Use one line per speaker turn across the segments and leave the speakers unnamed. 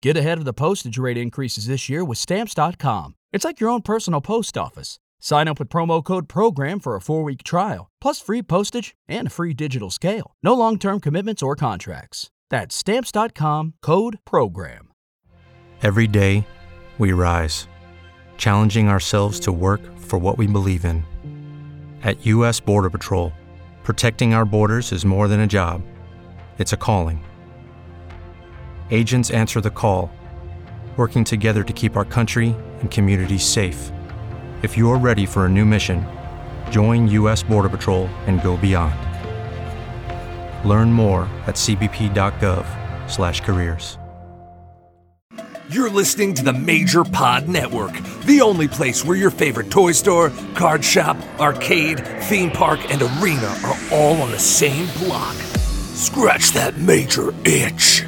Get ahead of the postage rate increases this year with Stamps.com. It's like your own personal post office. Sign up with promo code PROGRAM for a four week trial, plus free postage and a free digital scale. No long term commitments or contracts. That's Stamps.com code PROGRAM.
Every day, we rise, challenging ourselves to work for what we believe in. At U.S. Border Patrol, protecting our borders is more than a job, it's a calling. Agents answer the call, working together to keep our country and communities safe. If you're ready for a new mission, join U.S. Border Patrol and go beyond. Learn more at cbp.gov/careers.
You're listening to the Major Pod Network, the only place where your favorite toy store, card shop, arcade, theme park, and arena are all on the same block. Scratch that major itch.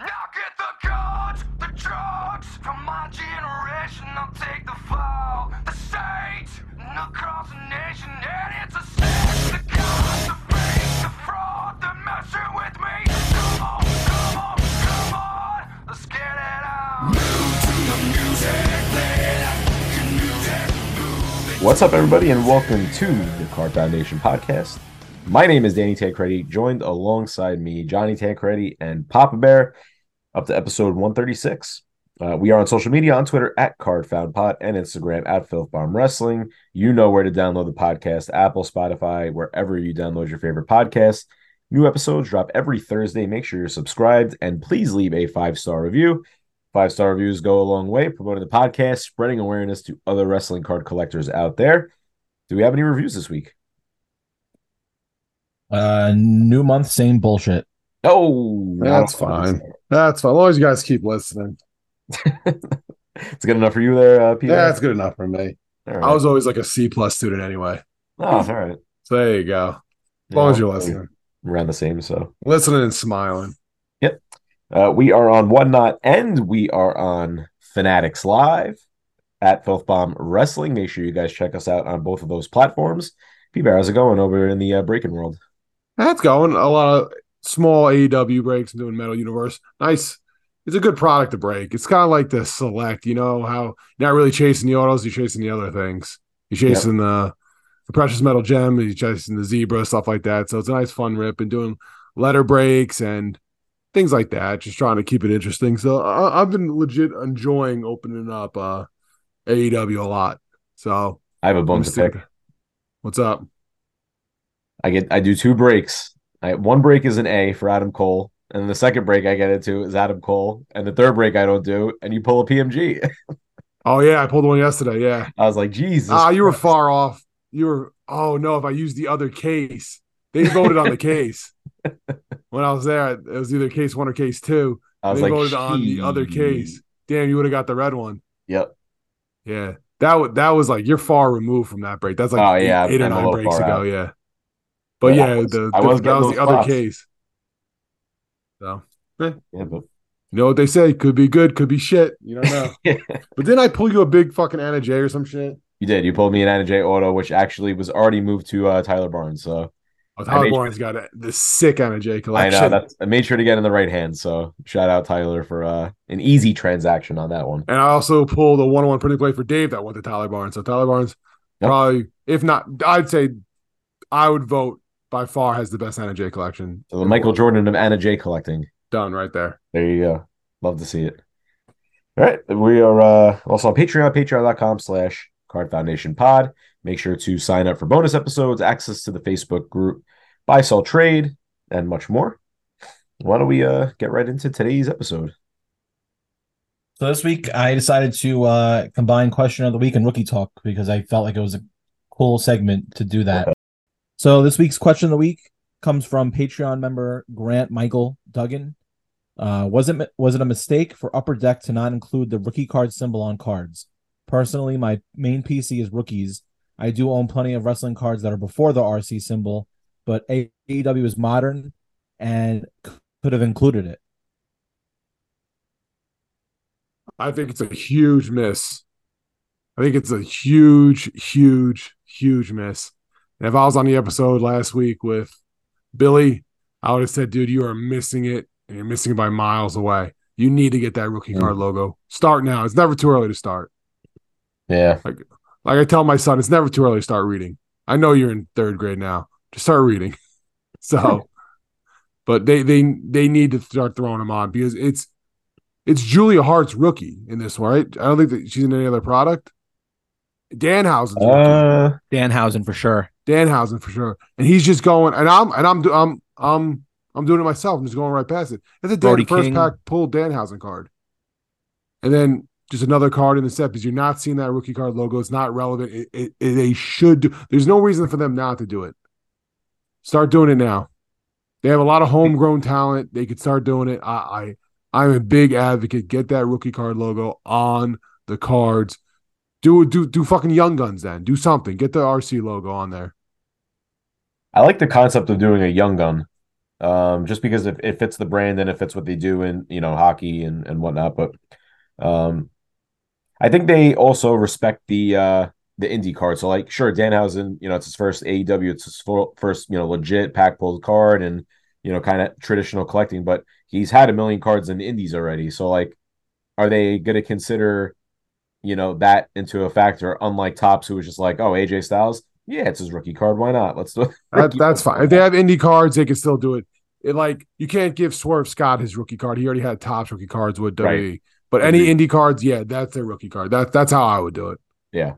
I'll get the guns, the drugs from my generation. I'll take the fall, the states, and across the nation. And it's a sin. The guns, the fake, the fraud, they're messing with me. Come on, come on, come on, let's get it on.
What's up, everybody, and welcome to the Card Foundation podcast. My name is Danny Tancredi, joined alongside me, Johnny Tancredi and Papa Bear, up to episode 136. Uh, we are on social media on Twitter at CardFoundPod and Instagram at FilthBomb Wrestling. You know where to download the podcast Apple, Spotify, wherever you download your favorite podcast. New episodes drop every Thursday. Make sure you're subscribed and please leave a five star review. Five star reviews go a long way, promoting the podcast, spreading awareness to other wrestling card collectors out there. Do we have any reviews this week?
Uh, new month, same bullshit.
Oh,
That's fine. That's fine. As long as you guys keep listening.
It's good enough for you there, uh, Peter.
Yeah, that's good enough for me.
All right.
I was always like a C plus student anyway.
Oh, all right.
So there you go. As long as you're listening.
around the same. So
Listening and smiling.
uh, we are on One Knot and we are on Fanatics Live at Filth Bomb Wrestling. Make sure you guys check us out on both of those platforms. P Bear, how's it going over in the uh, breaking world?
That's going. A lot of small AEW breaks and doing Metal Universe. Nice. It's a good product to break. It's kind of like the select, you know, how you're not really chasing the autos, you're chasing the other things. You're chasing the the precious metal gem, you're chasing the zebra, stuff like that. So it's a nice fun rip and doing letter breaks and things like that. Just trying to keep it interesting. So I, I've been legit enjoying opening up uh AEW a lot. So
I have a bone
I'm
to
still-
pick.
What's up?
I get I do two breaks. I, one break is an A for Adam Cole, and the second break I get into is Adam Cole, and the third break I don't do, and you pull a PMG.
Oh yeah, I pulled one yesterday. Yeah.
I was like, Jesus,
Ah, you were
Christ.
far off. You were. Oh no! If I used the other case, they voted on the case. When I was there, it was either case one or case two.
I was
they
like,
voted on the other case. Damn, you would have got the red one.
Yep.
Yeah, that was that was like you're far removed from that break. That's like
Oh,
eight-
yeah,
eight, or
I'm a
nine
little
breaks
far
ago.
out.
Yeah, but
Yeah, I
yeah,
was-
the,
I
the-
was
that
getting
was the
those
other
props.
case.
Yeah, but
You know what they say? Could be good, could be shit. You don't know.
Yeah.
But then I pull you a big fucking Anna J or some shit.
You did. You pulled me an Anna J auto, which actually was already moved to uh, Tyler Barnes. So
Oh,
I
Tyler
made-
Barnes got a, the sick Anna J collection.
I know that's I made sure to get in the right hand. So shout out Tyler for uh, an easy transaction on that one.
And I also pulled a one-on-one pretty play for Dave that went to Tyler Barnes. So Tyler Barnes
Yep.
probably, if not, I'd say I would vote by far has the best Anna J collection
So the Michael Jordan of Anna J collecting.
done right there.
There you go. Love to see it. All right. We are uh, also on Patreon, patreon.com slash card foundation pod. Make sure to sign up for bonus episodes, access to the Facebook group, buy, sell, trade, and much more. Why don't we uh, get right into today's episode?
So this week I decided to uh combine question of the week and rookie talk because I felt like it was a cool segment to do that. So this week's question of the week comes from Patreon member Grant Michael Duggan. Uh, was it was it a mistake for Upper Deck to not include the rookie card symbol on cards? Personally, my main PC is rookies. I do own plenty of wrestling cards that are before the RC symbol, but AEW is modern and c- could have included it.
I think it's a huge miss. I think it's a huge, huge, huge miss. And if I was on the episode last week with Billy, I would have said, dude, you are missing it, and you're missing it by miles away. You need to get that rookie
Mm.
card logo. Start now. It's never too early to start.
Yeah.
Like I tell my son, it's never too early to start reading. I know you're in third grade now. Just start reading. So, but they they they need to start throwing them on because it's it's Julia Hart's rookie in this one, right? I don't think that she's in any other product. Danhausen's rookie.
Uh,
Danhausen for sure.
Danhausen for sure, and he's just going, and I'm and I'm do- I'm I'm I'm doing it myself. I'm just going right past it. That's a
Brody
damn first
King.
pack pull Danhausen card, and then just another card in the set because you're not seeing that rookie card logo. It's not relevant. It, it, it- they should. Do, there's no reason for them not to do it. Start doing it now. They have a lot of homegrown talent. They could start doing it. I, I I'm a big advocate. Get that rookie card logo on the cards. Do do do fucking young guns then. Do something. Get the RC logo on there.
I like the concept of doing a young gun, um, just because it, it fits the brand and it fits what they do in you know hockey and and whatnot. But um, I think they also respect the uh, the indie card. So like, sure, Danhausen, you know, it's his first AEW, it's his fir- first you know legit pack pulled card and you know kind of traditional collecting. But he's had a million cards in the indies already. So like, are they going to consider? You know that into a factor, unlike Tops, who was just like, "Oh, AJ Styles, yeah, it's his rookie card. Why not? Let's do it."
That,
Rookie
that's
card.
fine. If they have indie cards, they can still do it. It like you can't give Swerve Scott his rookie card. He already had tops rookie cards with WWE.
Right.
But any
Agreed.
indie cards, yeah, that's their rookie card. That that's how I would do it.
Yeah.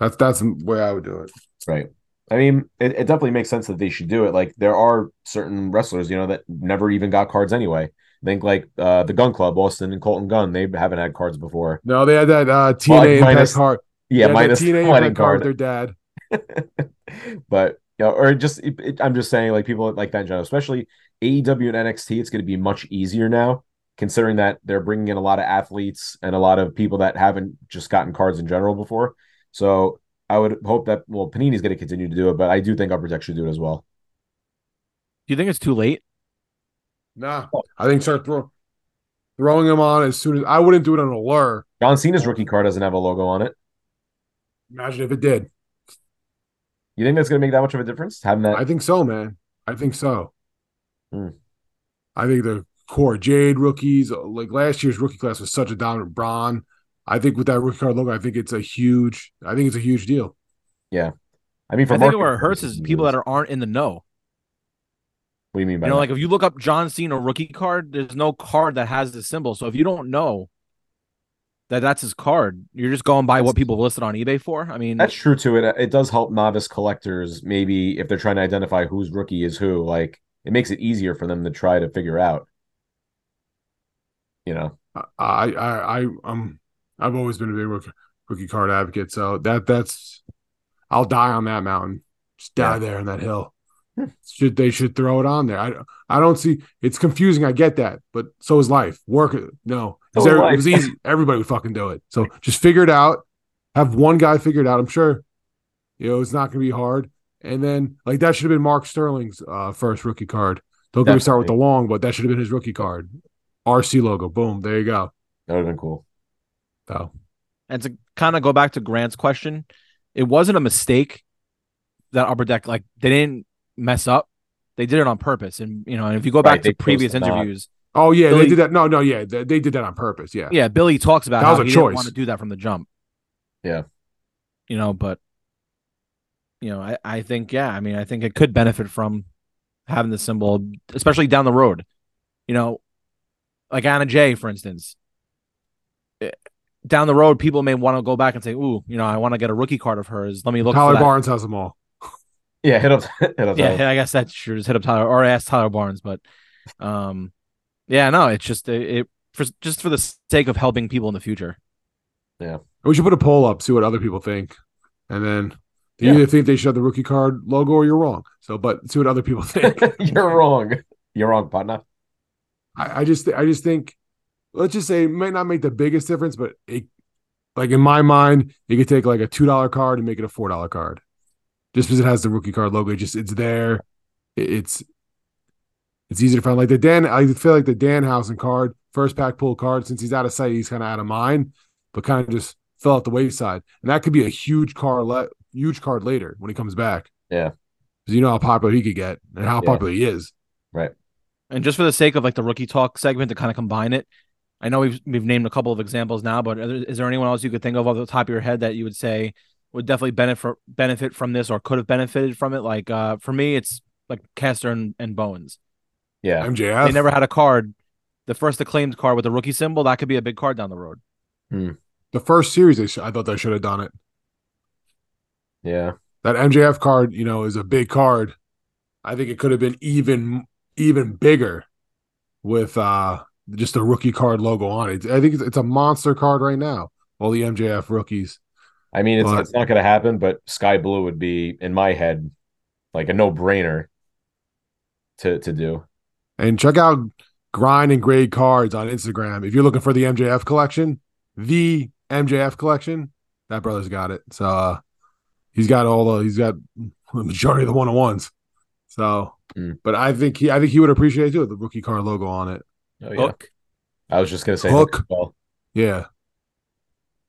That's that's the way I would do it.
Right. I mean, it, it definitely makes sense that they should do it. Like there are certain wrestlers, you know, that never even got cards anyway. Think like uh the Gun Club, Austin and Colton Gun. They haven't had cards before.
No, they had that uh TNA
Well,
Impact
minus-
card.
Yeah,
They had that
minus the
TNA
wedding
Impact card with
card.
their dad.
but you know, or just it, it- I'm just saying, like people like that in general, especially AEW and NXT, it's going to be much easier now, considering that they're bringing in a lot of athletes and a lot of people that haven't just gotten cards in general before. So I would hope that well, Panini's going to continue to do it, but I do think Upperdeck should do it as well.
Do you think it's too late?
Nah.
Oh.
I think start throw, throwing them on as soon as I wouldn't do it on a lure.
John Cena's rookie card doesn't have a logo on it.
Imagine if it did.
You think that's going to make that much of a difference? Having that,
I think so, man. I think so.
Hmm.
I think the core Jade rookies, like last year's rookie class was such a dominant Braun. I think with that rookie card logo, I think it's a huge. I think it's a huge deal.
I mean, for
I think
marketing
where it hurts
purposes,
is
it
people that are, aren't in the know.
What do you mean by
You know,
that?
like if you look up John Cena rookie card, there's no card that has the symbol. So if you don't know that that's his card, you're just going by what people have listed on eBay for. I mean,
That's true too. It it does help novice collectors maybe if they're trying to identify whose rookie is who. Like it makes it easier for them to try to figure out. You know,
I, I, I, um, I've always been a big rookie, rookie card advocate, so that that's, I'll die on that mountain. Just die
Yeah. Hmm.
there on that hill. should they should throw it on there? I, I don't see. It's confusing. I get that, but so is life. Work. it. No,
So is
Is there-
life.
it was easy. Everybody would fucking do it. So just figure it out. Have one guy figure it out. I'm sure, you know, it's not gonna be hard. And then like that should have been Mark Sterling's uh, first rookie card. Don't get me started with the
Definitely.
long, but that should have been his rookie card. RC logo. Boom. There you go.
that would have been cool.
So
and to kind of go back to Grant's question, it wasn't a mistake that Upper Deck like they didn't mess up. They did it on purpose. And you know, and if you go
Right,
back
they
to
chose
previous
to not.
interviews,
Oh yeah,
Billy-
they did that. No, no, yeah, they, they did that on purpose. Yeah,
yeah, Billy talks about
That
how
was a
he didn't
choice.
want to do that from the jump.
Yeah.
You know, but you know, I, I think, yeah, I mean, I think it could benefit from having the symbol, especially down the road. You know, like Anna Jay, for instance. Eh, Down the road, people may want to go back and say, "Ooh, you know, I want to get a rookie card of hers. Let me look." for
Tyler
that."
Barnes has them all.
Yeah, hit up, hit up.
yeah,
that.
I guess that's true. Just hit up Tyler or ask Tyler Barnes, but um, yeah, no, it's just it, it for just for the sake of helping people in the future.
We should put a poll up, see what other people think, and then you
Yeah.
either think they should have the rookie card logo or you're wrong. So, but see what other people think.
You're wrong. You're wrong, partner.
I, I just, I just think, let's just say, it might not make the biggest difference, but it, like in my mind, you could take like a two dollar card and make it a four dollar card, just because it has the rookie card logo. It just it's there, It- it's it's easy to find. Like the Dan, I feel like the Danhausen card, first pack pull card, since he's out of sight, he's kind of out of mind, but kind of just fell out the wayside, and that could be a huge card, le- huge card later when he comes back.
Yeah.
because you know how popular he could get and how
Yeah.
popular he is.
Right.
And just for the sake of like the rookie talk segment to kind of combine it, I know we've we've named a couple of examples now, but are there- is there anyone else you could think of off the top of your head that you would say would definitely benefit benefit from this or could have benefited from it? Like uh, for me, it's like Caster and, and Bowens.
Yeah.
MJF.
They never had a card. The first acclaimed card with a rookie symbol that could be a big card down the road.
the first series. They sh- I thought they should have done it.
Yeah.
That MJF card, you know, is a big card. I think it could have been even even bigger with uh just a rookie card logo on it. I think it's, it's a monster card right now. All the MJF rookies.
I mean, it's,
Well,
it's not going to happen, but Sky Blue would be, in my head, like a no brainer to, to do.
And check out Grind and Grade Cards on Instagram. If you're looking for the MJF collection, the MJF collection, that brother's got it. So uh, he's got all the he's got the majority of the one on ones. So,
Mm.
but I think he I think he would appreciate it too with the rookie card logo on it.
Oh, yeah.
Hook.
I was just going to say
Hook.
as well.
Yeah,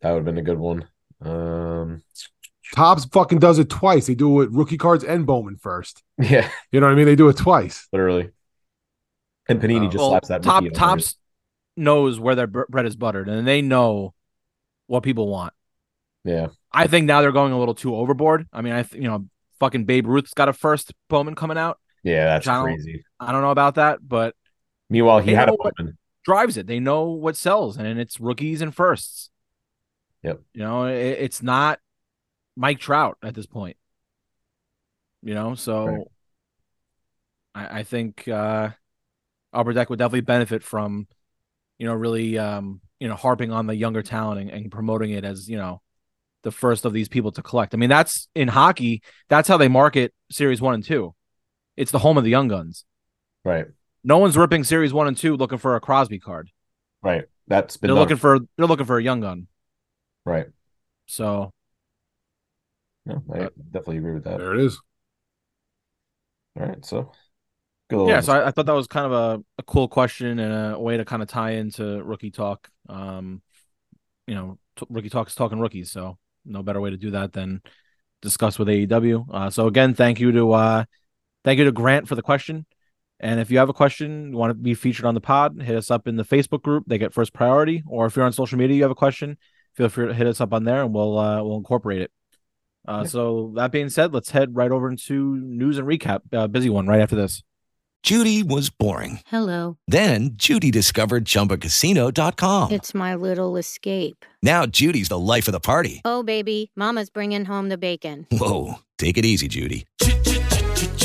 That would have been a good one. Um,
Tops fucking does it twice. They do it with rookie cards and Bowman first.
yeah,
You know what I mean? They do it twice.
literally. And Panini
Uh,
just
well,
slaps that.
top
Mickey on there.
tops knows where their bre- bread is buttered, and they know what people want.
Yeah.
I think now they're going a little too overboard. I mean, I th- you know, fucking Babe Ruth's got a first Bowman coming out.
Yeah, that's
Donald-
crazy.
I don't know about that, but
Meanwhile, he
They
had a
know what-
Bowman.
drives it. They know what sells, and it's rookies and firsts.
Yep.
You know, it, it's not Mike Trout at this point. You know, so
Right.
I, I think uh Albert Deck would definitely benefit from, you know, really um, you know, harping on the younger talent and, and promoting it as, you know, the first of these people to collect. I mean, that's in hockey, that's how they market series one and two. It's the home of the young guns.
Right,
No one's ripping series one and two looking for a Crosby card
right. That's been
they're
done.
looking for they're looking for a young gun.
Right.
So
No,
Uh,
I definitely agree with that.
There it is.
All right, so good. little-
yeah, so I, I thought that was kind of a, a cool question and a way to kind of tie into rookie talk. Um, you know, t- rookie talk is talking rookies, so no better way to do that than discuss with AEW. Uh, so again, thank you to uh, thank you to Grant for the question. And if you have a question, you want to be featured on the pod, hit us up in the Facebook group. They get first priority. Or if you're on social media, you have a question, feel free to hit us up on there, and we'll uh, we'll incorporate it. Uh, So that being said, let's head right over into news and recap. Uh, busy one right after this.
Judy was boring.
Hello,
Then Judy discovered ChumbaCasino.com.
it's my little escape.
Now Judy's the life of the party.
Oh, baby, Mama's bringing home the bacon.
Whoa, take it easy, Judy.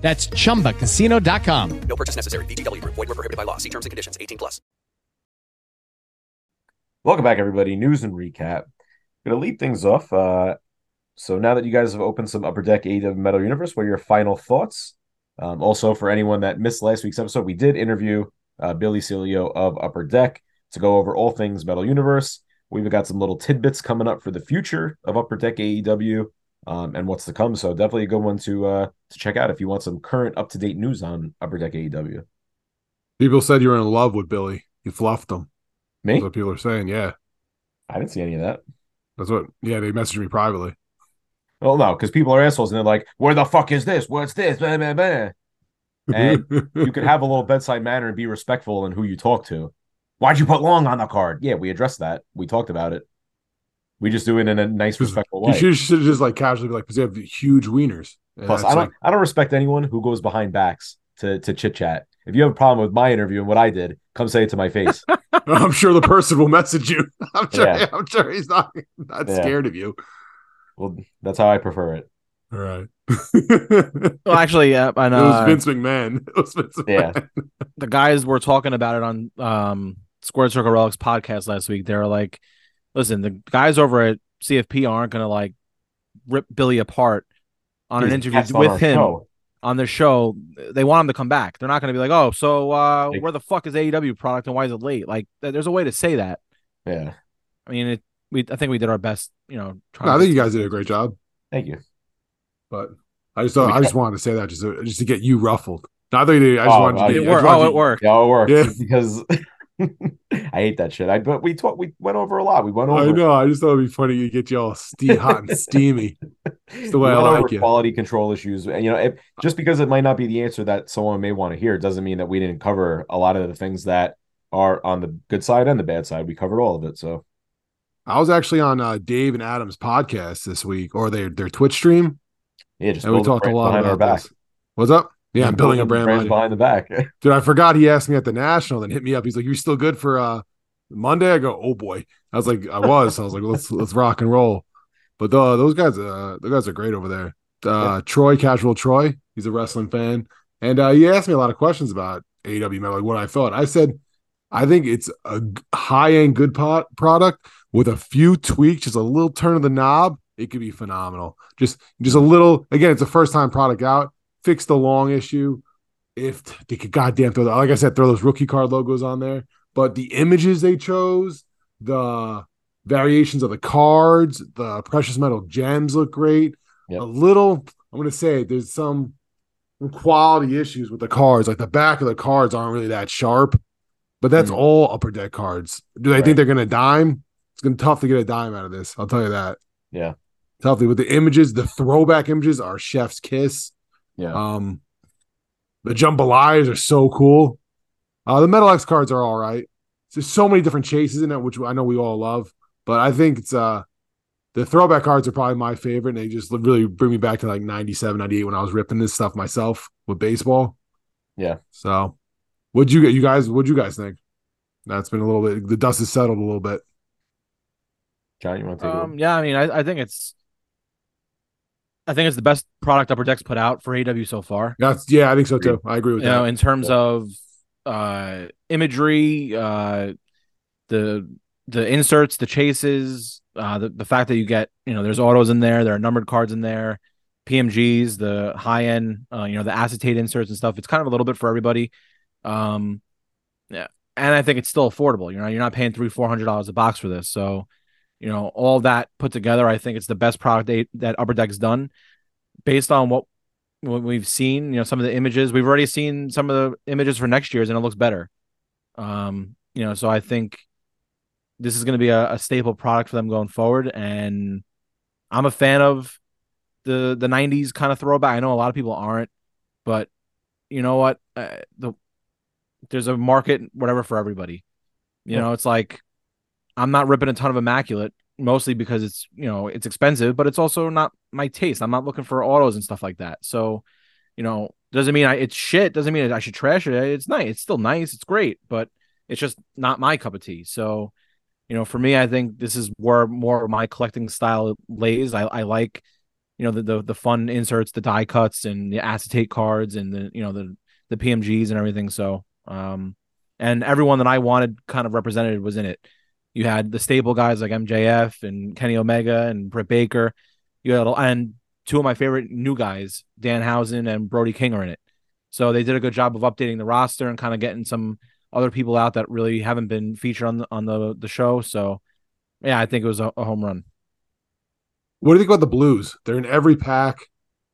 That's chumbacasino.com.
No purchase necessary. BGW. Void were prohibited by law. See terms and conditions. 18 plus.
Welcome back, everybody. News and recap. Gonna lead things off. Uh, so now that you guys have opened some Upper Deck AEW Metal Universe, what are your final thoughts? Um, also, for anyone that missed last week's episode, we did interview uh, Billy Celio of Upper Deck to go over all things Metal Universe. We've got some little tidbits coming up for the future of Upper Deck AEW um, and what's to come. So definitely a good one to uh, to check out if you want some current up to date news on Upper Deck E AEW.
People said you're in love with Billy. You fluffed him.
Me,
That's what people are saying. Yeah,
I didn't see any of that.
that's what. Yeah, they messaged me privately.
Well, no, because people are assholes and they're like, "Where the fuck is this? What's this?" Blah, blah, blah." And you can have a little bedside manner and be respectful in who you talk to. Why'd you put long on the card? Yeah, we addressed that. We talked about it. We just do it in a nice, respectful
You
way.
should, should just like casually be like, because they have huge wieners. And
Plus,
that's
I don't,
like-
I don't respect anyone who goes behind backs to to chit chat. If you have a problem with my interview and what I did, come say it to my face.
I'm sure the person will message you. I'm sure.
Yeah.
I'm sure he's not not
Yeah.
scared of you.
well, that's how I prefer it.
All right. it
Well, actually, uh, and,
was
uh,
Vince McMahon. It was Vince
Yeah.
McMahon.
the guys were talking about it on um Squared Circle Relics podcast last week. They were like, "Listen, the guys over at CFP aren't gonna like rip Billy apart on an
He's a
interview
guest on our
with him
show.
on their show. They want him to come back. They're not gonna be like, oh, so uh,
Like-
where the fuck is AEW product and why is it late? Like, th- there's a way to say that.
Yeah.
I mean, it, we I think we did our best. You know, trying
No, I
to-
think you guys did a great job,
Thank you.
but I just thought, I just wanted to say that just to, just to get you ruffled. Not that you did. I just
Oh,
wanted
oh,
to.
you-
it
I
worked.
just
Oh,
wanted
it worked.
Yeah, it worked
Yeah.
because I hate that shit. I but we talked, we went over a lot. We went
to-
over.
I know. I just thought it'd be funny to get you all ste- hot and steamy. the way
We
I
went
like
over
you.
Quality control issues. And, you know, if, just because it might not be the answer that someone may want to hear, doesn't mean that we didn't cover a lot of the things that are on the good side and the bad side. We covered all of it. So
I was actually on uh, Dave and Adam's podcast this week, or their their Twitch stream,
yeah, just
and we
build a
talked a
brand
lot
behind
about
our back.
this. What's up? Yeah, I'm
Just
building a
building
brand
brands
line.
behind the back.
Dude, I forgot he asked me at the national, then hit me up. He's like, "You still good for uh Monday?" I go, "Oh boy." I was like, "I was." I was like, "Let's let's rock and roll." But uh, those guys, uh, those guys are great over there. Uh, Troy, casual Troy, he's a wrestling fan, and uh, he asked me a lot of questions about AEW, man, like what I thought. I said, I think it's a high end good pot product with a few tweaks, just a little turn of the knob. It could be phenomenal. Just just a little. Again, it's a first time product out. Fix the long issue if they could goddamn throw that, like I said, throw those rookie card logos on there. But the images they chose, the variations of the cards, the precious metal gems look great.
Yep.
A little, I'm gonna say there's some quality issues with the cards. Like the back of the cards aren't really that sharp, but that's
Mm.
all upper deck cards. Do I
Right.
think they're gonna dime? It's gonna tough to get a dime out of this. I'll tell you that.
Yeah.
Tough to- with the images, the throwback images are chef's kiss.
Yeah.
Um, the jambalayas are so cool. Uh, the Metal X cards are all right. There's so many different chases in it, which I know we all love. But I think it's uh, the throwback cards are probably my favorite, and they just really bring me back to like 97, 98 when I was ripping this stuff myself with baseball.
Yeah.
So, what'd you get? You guys, what'd you guys think? That's been a little bit. The dust has settled a little bit.
John, you want to take it?
Um, yeah, I mean, I, I think it's, I think it's the best product Upper Deck's put out for AW so far.
That's yeah, I think so too. I agree with
you know,
that.
in terms
Yeah.
of uh imagery, uh the the inserts, the chases, uh the, the fact that you get, you know, there's autos in there, there are numbered cards in there, PMGs, the high end, uh, you know, the acetate inserts and stuff. It's kind of a little bit for everybody. Um yeah. And I think it's still affordable. You know, you're not paying three, four hundred dollars a box for this. So, you know, all that put together, I think it's the best product they, that Upper Deck's done based on what what we've seen, you know, some of the images. We've already seen some of the images for next year's, and it looks better. Um, you know, so I think this is going to be a, a staple product for them going forward. And I'm a fan of the the '90s kind of throwback. I know a lot of people aren't, but you know what? Uh, the there's a market, whatever, for everybody. You
Yeah.
know, it's like I'm not ripping a ton of immaculate mostly because it's you know it's expensive, but it's also not my taste. I'm not looking for autos and stuff like that. So, you know, doesn't mean I it's shit. Doesn't mean I should trash it. It's nice. It's still nice. It's great, but it's just not my cup of tea. So, you know, for me, I think this is where more of my collecting style lays. I, I like, you know, the, the the fun inserts, the die cuts, and the acetate cards, and the you know the the PMGs and everything. So, um, and everyone that I wanted kind of represented was in it. You had the stable guys like MJF and Kenny Omega and Britt Baker. You had and two of my favorite new guys, Dan Housen and Brody King, are in it. So they did a good job of updating the roster and kind of getting some other people out that really haven't been featured on the on the, the show. So yeah, I think it was a, a home run.
What do you think about the Blues? They're in every pack.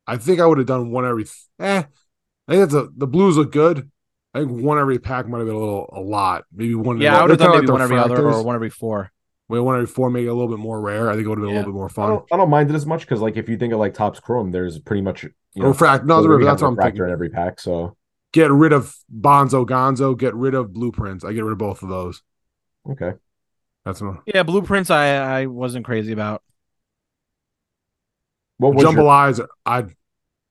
I think I would have done one every. Eh, I think that's a, the Blues look good. I think one every pack might have been a little a lot. Maybe one.
Yeah, I would have done
they're
maybe
kinda
one
like
every other
refractors.
or one every four.
Wait, one every four, make it a little bit more rare. I think it would have been a
Yeah.
little bit more
I
fun.
don't, I don't mind it as much because, like, if you think of like Topps Chrome, there's pretty much you know,
Refract. No,
we're gonna
Oh, that's what
have a
I'm
refractor
thinking.
in every pack. So
get rid of Bonzo Gonzo, get rid of Blueprints. I get rid of both of those.
Okay.
That's my
Yeah, blueprints. I I wasn't crazy about.
What was
Jumble
your,
Eyes. I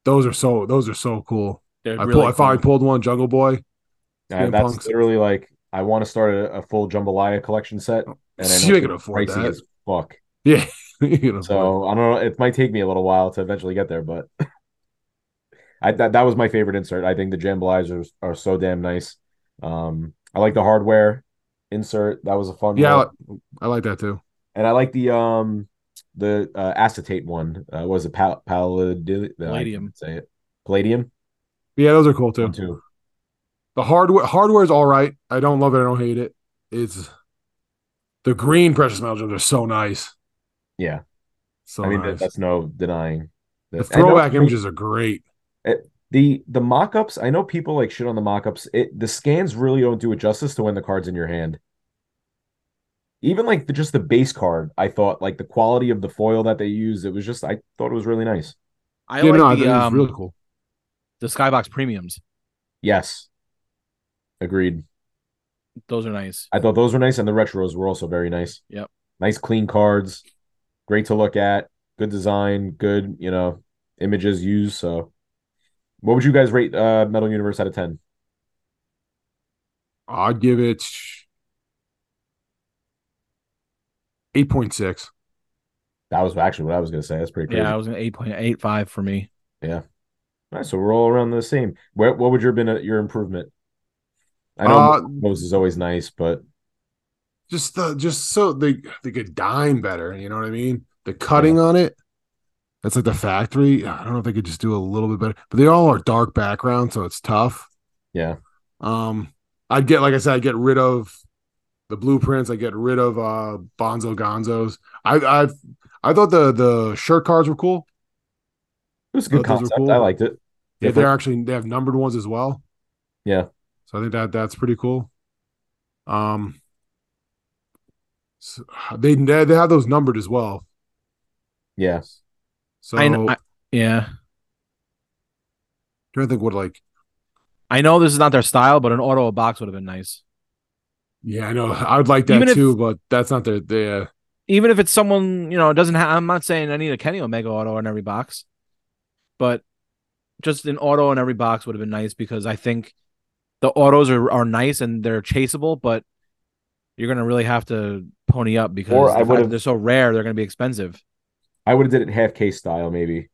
those are so those are so cool.
They're
I,
really
pull, I finally
cool.
pulled one Jungle Boy.
uh,
CM
that's
Punk's-
literally like I want to start a, a full jambalaya collection set, and I
Oh, You
know
can
it's
afford
pricey
that.
as fuck.
Yeah. You know,
So I don't know. It might take me a little while to eventually get there, but I that, that was my favorite insert. I think the jambalayas are, are so damn nice. Um, I like the hardware insert. That was a fun
yeah, I,
one.
li- I like that too.
and I like the um the uh, acetate one. Uh, what was it pal- paladi- uh, I
Palladium.
can't Say it. Palladium.
Yeah, those are cool too.
One, two.
The hardware hardware's all right. I don't love it. I don't hate it. It's the green precious metal gems are so nice.
Yeah,
So
I mean that,
nice.
that's no denying.
the
that. I know
throwback
pre-
images are great.
The the mock-ups, I know people like shit on the mock-ups. It the scans really don't do it justice to when the card's in your hand. Even like the, just the base card, I thought like the quality of the foil that they used, it was just I thought it was really nice.
I
yeah,
like
no, I think
the
it was
um,
really cool.
the skybox premiums.
Yes. Agreed.
Those are nice.
I thought those were nice, and the retros were also very nice.
Yep.
Nice clean cards, great to look at, good design, good, you know, images used. So what would you guys rate uh Metal Universe out of 10?
I'd give it eight point six.
That was actually what I was gonna say. That's pretty crazy.
Yeah, I was an eight point eight five for me.
All right, so we're all around the same. Where, what would your been uh your improvement? I know
Uh,
Mos is always nice, but
Just the just so they they could dime better. You know what I mean? The cutting on it. That's like the factory. I don't know if they could just do a little bit better, but they all are dark backgrounds, so it's tough.
yeah,
Um, I'd get like I said, I get rid of the blueprints. I get rid of uh Bonzo Gonzos. I I I thought the the shirt cards were cool.
it was a good
Those are
concept.
cool.
I liked it.
Yeah,
Different.
they're actually they have numbered ones as well.
Yeah.
So I think that that's pretty cool. Um, so they they they have those numbered as well.
Yeah,
So
I,
I,
kn- I yeah.
trying to think what like
I know this is not their style, but an auto box would have been nice.
yeah I know I would like that
Even if-
too, but that's not uh, their their
Even if it's someone you know it doesn't have. I'm not saying I need a Kenny Omega auto in every box, but just an auto in every box would have been nice because I think the autos are are nice and they're chaseable, but you're gonna really have to pony up because
Or
the
I
fact that
would've-
they're so rare. They're gonna be expensive.
I would have did it half case style maybe.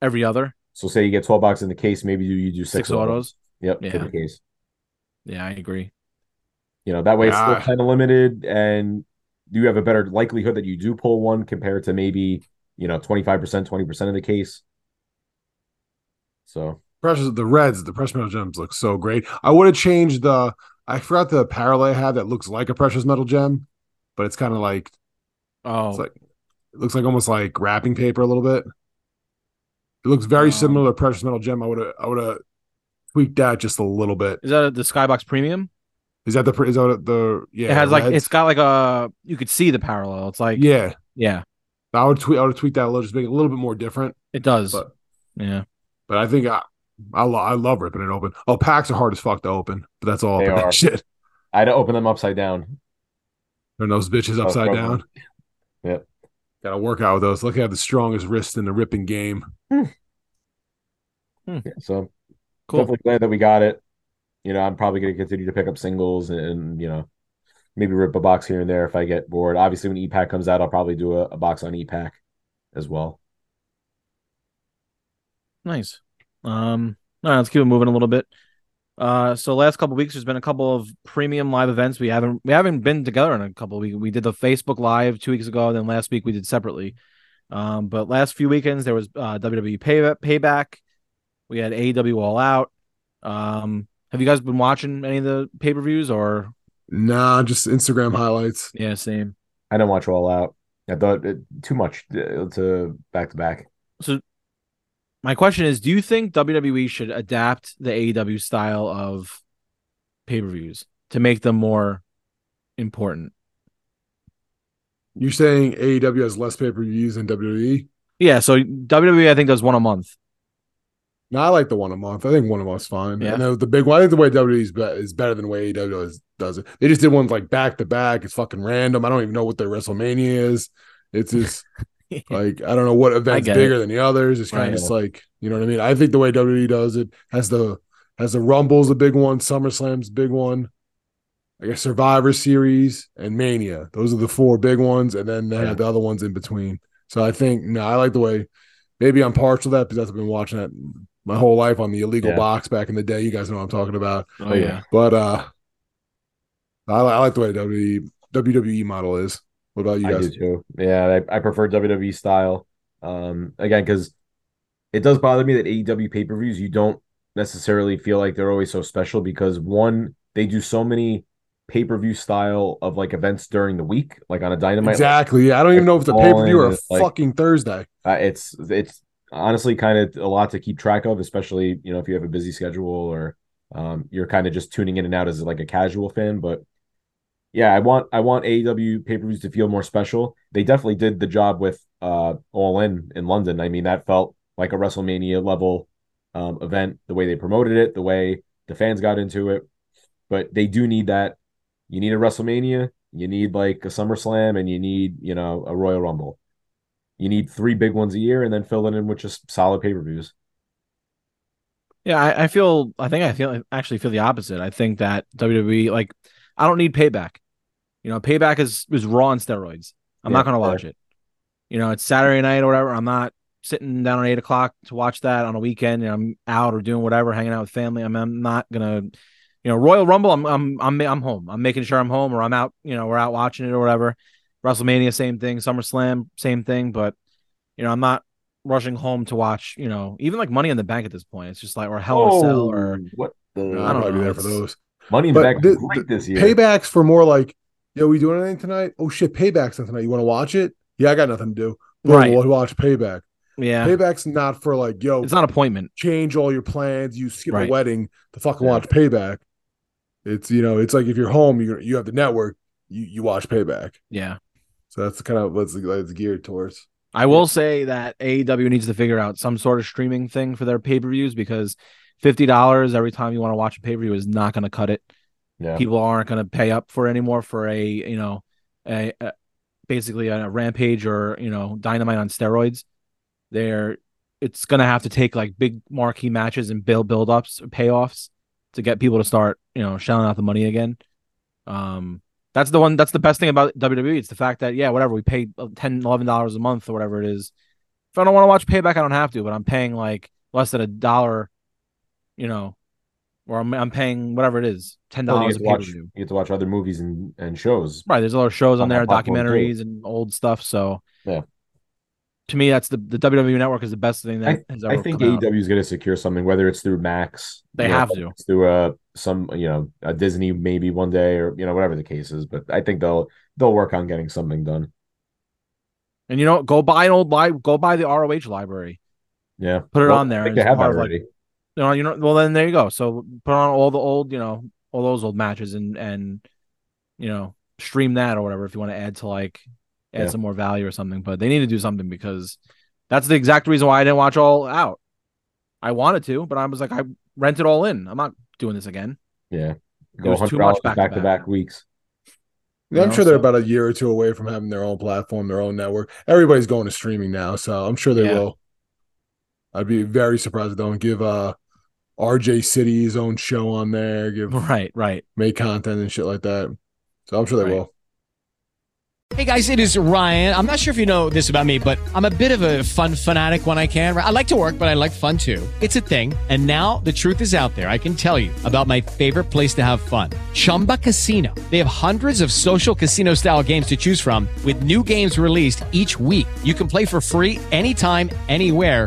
Every other
So say you get twelve boxes in the case, maybe you, you do six,
six,
of them.
autos.
Yep, for
Yeah.
the case.
Yeah, I agree.
You know that way it's still
Ah.
kind of limited, and you have a better likelihood that you do pull one compared to maybe you know twenty five percent, twenty percent of the case. So
Precious the reds, the precious metal gems look so great. I would have changed the I forgot the parallel I have that looks like a precious metal gem, but it's kind of like
Oh,
It's like- it looks like almost like wrapping paper a little bit. It looks very
Um,
similar to precious metal gem. I would have I would have tweaked that just a little bit.
is that the Skybox Premium?
Is that the pre- is that the yeah?
it has
the
like
reds?
it's got like a you could see the parallel. It's like yeah,
yeah. I would tweak I would tweak that a little, just make it a little bit more different.
it does.
But-
yeah,
But I think I I, lo- I love ripping it open. Oh, packs are hard as fuck to open, but that's all
They
up in that
are.
shit.
I'd open them upside down.
Turn those bitches
Oh,
upside
probably.
down.
Yep.
Got to work out with those. Look, I have the strongest wrist in the ripping game.
Yeah, so
cool.
Definitely glad that we got it. You know, I'm probably going to continue to pick up singles and, you know, maybe rip a box here and there if I get bored. Obviously, when EPAC comes out, I'll probably do a, a box on EPAC as well.
Nice. Um, all right, let's keep it moving a little bit. Uh, so last couple weeks, there's been a couple of premium live events. We haven't we haven't been together in a couple. We we did the Facebook live two weeks ago, and then last week we did separately. Um, but last few weekends there was uh, WWE pay, Payback. We had AEW All Out. Um, have you guys been watching any of the pay per views or
Nah, just Instagram highlights.
yeah, same?
I didn't watch All Out. I thought it, too much uh, to back to back.
my question is do you think WWE should adapt the AEW style of pay-per-views to make them more important?
You're saying E AEW has less pay per views than WWE?
E, Yeah, so WWE I think does one a month.
No, I like the one a month. I think one a month's fine.
Yeah.
And the, the big one, I think the way WWE is, be- is better than the way AEW is, does it. They just did ones like back to back. It's fucking random. I don't even know what their WrestleMania is. It's just like I don't know what event's
get
bigger
it.
than the others. It's kind
Right.
of just like you know what I mean. I think the way WWE does it has the has the Rumbles the big one, SummerSlam's the big one. I guess Survivor Series and Mania. Those are the four big ones, and then they have the other ones in between. So I think no, I like the way. Maybe I'm partial to that because I've been watching that my whole life on the illegal
Yeah.
box back in the day. You guys know what I'm talking about.
Oh yeah.
But uh, I, li- I like the way E, WWE WWE model is. What about you
I do
guys?
too. Yeah, I, I prefer WWE style. Um, again, because it does bother me that AEW pay per views you don't necessarily feel like they're always so special because one, they do so many pay per view style of like events during the week, like on a dynamite.
Exactly. Yeah, I don't even know if it's a
All
pay per view
in
or a
is, like-
fucking Thursday.
Uh, it's it's honestly kind of a lot to keep track of, especially you know if you have a busy schedule or um, you're kind of just tuning in and out as like a casual fan. But yeah, I want I want AEW pay per views to feel more special. They definitely did the job with uh, All In in London. I mean, that felt like a WrestleMania level um, event. The way they promoted it, the way the fans got into it, but they do need that. You need a WrestleMania. You need like a SummerSlam, and you need you know a Royal Rumble you need three big ones a year and then fill it in with just solid pay per views.
Yeah, I, I feel. I think I feel. I actually feel the opposite. I think that WWE, like, I don't need payback. You know, payback is is raw on steroids. I'm
Yeah,
not going to
fair.
watch it. You know, it's Saturday night or whatever. I'm not sitting down at eight o'clock to watch that on a weekend. And I'm out or doing whatever, hanging out with family. I'm, I'm not gonna. You know, Royal Rumble. I'm I'm I'm I'm home. I'm making sure I'm home or I'm out. You know, we're out watching it or whatever. WrestleMania, same thing. SummerSlam, same thing. But you know, I'm not rushing home to watch. You know, even like Money in the Bank at this point. It's just like or Hell in a Cell
Oh.
or
what the
No,
I don't
I'd be
know,
there for
it's-
those.
money in the
But
bank
the-
was great this year?
Paybacks for more like, yo, we doing anything tonight? Oh shit, paybacks on tonight. You want to watch it? Yeah, I got nothing to do. Boom,
Right.
we'll watch payback.
yeah.
Payback's not for like, yo,
It's not appointment.
change all your plans. You skip
Right.
a wedding to fucking
Yeah.
watch Payback. It's you know, it's like if you're home, you you have the network, you you watch Payback.
Yeah.
So that's kind of what's it's geared towards.
I will say that AEW needs to figure out some sort of streaming thing for their pay-per-views because $50 every time you want to watch a pay-per-view is not going to cut it.
Yeah.
People aren't going to pay up for it anymore for a, you know, a, a basically a rampage or, you know, dynamite on steroids. They're it's going to have to take like big marquee matches and build build-ups, payoffs to get people to start, you know, shelling out the money again. Um That's the one. That's the best thing about WWE. It's the fact that yeah, whatever we pay uh, ten, eleven dollars a month or whatever it is. If I don't want to watch Payback, I don't have to. But I'm paying like less than a dollar, you know, or I'm I'm paying whatever it is, ten
Well, you
dollars
get
a
to
pay per
watch
view.
you get to watch other movies and, and shows.
Right. There's a lot of shows on
On that
there,
platform, too.
documentaries and old stuff. So
Yeah.
To me, that's the the WWE network is the best thing that has
I
ever
think
come out.
AEW is going to secure something, whether it's through Max.
They
you know,
have
whether
to.
it's through uh some you know a Disney maybe one day or you know whatever the case is. But I think they'll they'll work on getting something done.
And you know, what? go buy an old li- go buy the ROH library.
Yeah,
Put it
Well,
on there.
I think
as
they have that
part of, like,
already.
you know, you know, well then there you go. So put on all the old, you know, all those old matches and and you know, stream that or whatever if you want to add to like add
Yeah.
some more value or something. But they need to do something because that's the exact reason why I didn't watch all out. I wanted to, but I was like, I rented all in. I'm not doing this again.
yeah,
was too much
$100 back to back
back-to-back.
weeks.
Yeah, I'm
No,
sure they're
so-
about a year or two away from having their own platform, their own network. Everybody's going to streaming now, so I'm sure they
Yeah.
will. I'd be very surprised if they don't give uh RJ City his own show on there, give
Right, right.
make content and shit like that. So I'm sure they
Right.
will.
Hey guys, it is Ryan. I'm not sure if you know this about me, but I'm a bit of a fun fanatic when I can. I like to work, but I like fun too. It's a thing. And now the truth is out there. I can tell you about my favorite place to have fun Chumba Casino. They have hundreds of social casino style games to choose from, with new games released each week. You can play for free anytime, anywhere.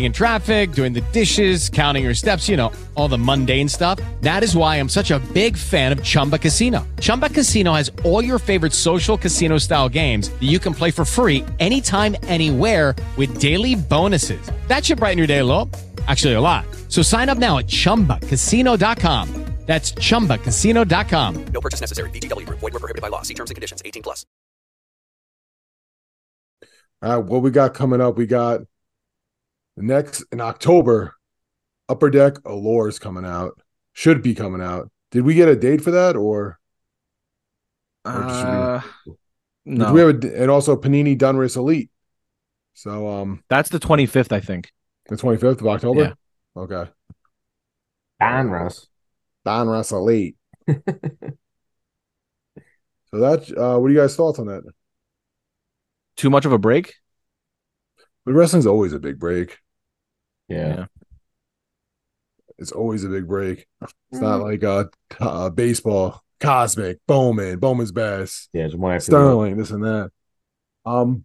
in traffic, doing the dishes, counting your steps, you know, all the mundane stuff. That is why I'm such a big fan of Chumba Casino. Chumba Casino has all your favorite social casino style games that you can play for free anytime, anywhere with daily bonuses. That should brighten your day a little. Actually, a lot. So sign up now at chumbacasino.com. That's chumbacasino.com.
No purchase necessary. VGW Group. Void were prohibited by law. See terms and conditions. 18 plus.
All right, what we got coming up? We got the next in October, Upper Deck Allure is coming out. Should be coming out. Did we get a date for that, or, or just-
Uh,
did
no,
we have? A, d- and also Panini Dunris Elite. So um,
that's the 25th, I think.
the twenty fifth of October. Okay,
Donruss.
Donruss Elite. so that's uh, what are you guys' thoughts on that?
Too much of a break.
But wrestling's always a big break.
Yeah.
It's always a big break. It's not like uh, uh baseball, Cosmic, Bowman, Bowman's best,
Yeah, it's one after the other.
Sterling, this and that. Um,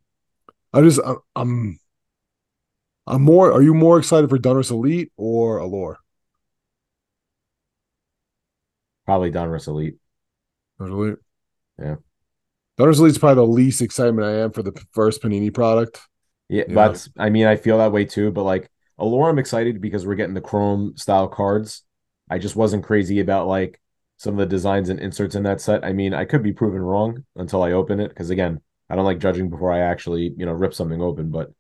I just I, I'm I'm more. Are you more excited for Dunris Elite or Allure?
Probably Donruss Elite.
Dunris Elite.
Yeah.
Dunris Elite's probably the least excitement I am for the p- first Panini product.
Yeah,
Yeah.
that's. I mean, I feel that way too. But like Allure, I'm excited because we're getting the Chrome style cards. I just wasn't crazy about like some of the designs and inserts in that set. I mean, I could be proven wrong until I open it because again, I don't like judging before I actually you know rip something open. But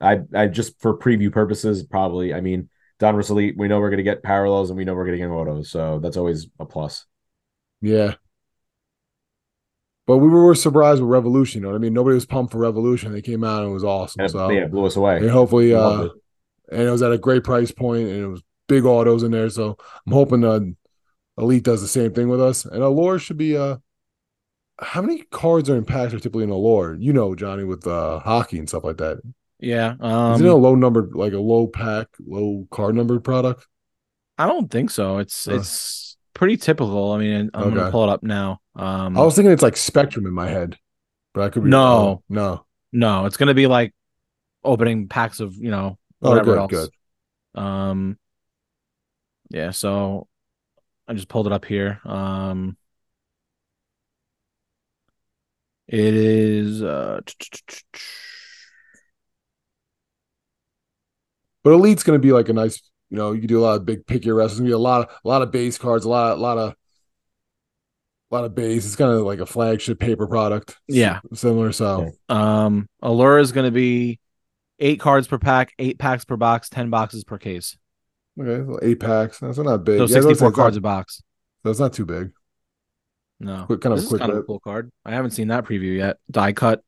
I, I just for preview purposes, probably. I mean, Donruss Elite. We know we're gonna get parallels and we know we're gonna get autos, so that's always a plus.
Yeah. But we were surprised with Revolution. You know what I mean? Nobody was pumped for Revolution. They came out and it was awesome.
And,
so
yeah, it blew us away.
and hopefully
Loved
uh and it was at a great price point and it was big autos in there so i'm hoping uh elite does the same thing with us and allure should be uh how many cards are in packs are typically in allure you know johnny with uh hockey and stuff like that
Yeah.
is it a
Um,
low numbered like a low pack low card numbered product
I don't think so. It's
Uh.
it's pretty typical. I mean, I'm
Okay.
gonna pull it up now. Um,
i was thinking it's like spectrum in my head but i could be
No.
wrong. no
no, it's gonna be like opening packs of you know
Oh,
whatever
good,
else. Um, yeah. So I just pulled it up here. Um, it is uh,
but elite's going to be like a nice you know you can do a lot of big pick your wrestles It's gonna be a lot of a lot of base cards a lot a lot of a lot of base it's kind of like a flagship paper product
yeah.
similar so
Yeah.
Um, Allure is gonna be eight cards per pack, eight packs per box, ten boxes per case.
okay well, eight packs that's not big
So
Yeah, that's-
sixty-four
that's
cards a
not,
box.
that's not too big
No,
Quick- kind of
This is
quick
kind of a
whip.
cool card. I haven't seen that preview yet. Die cut.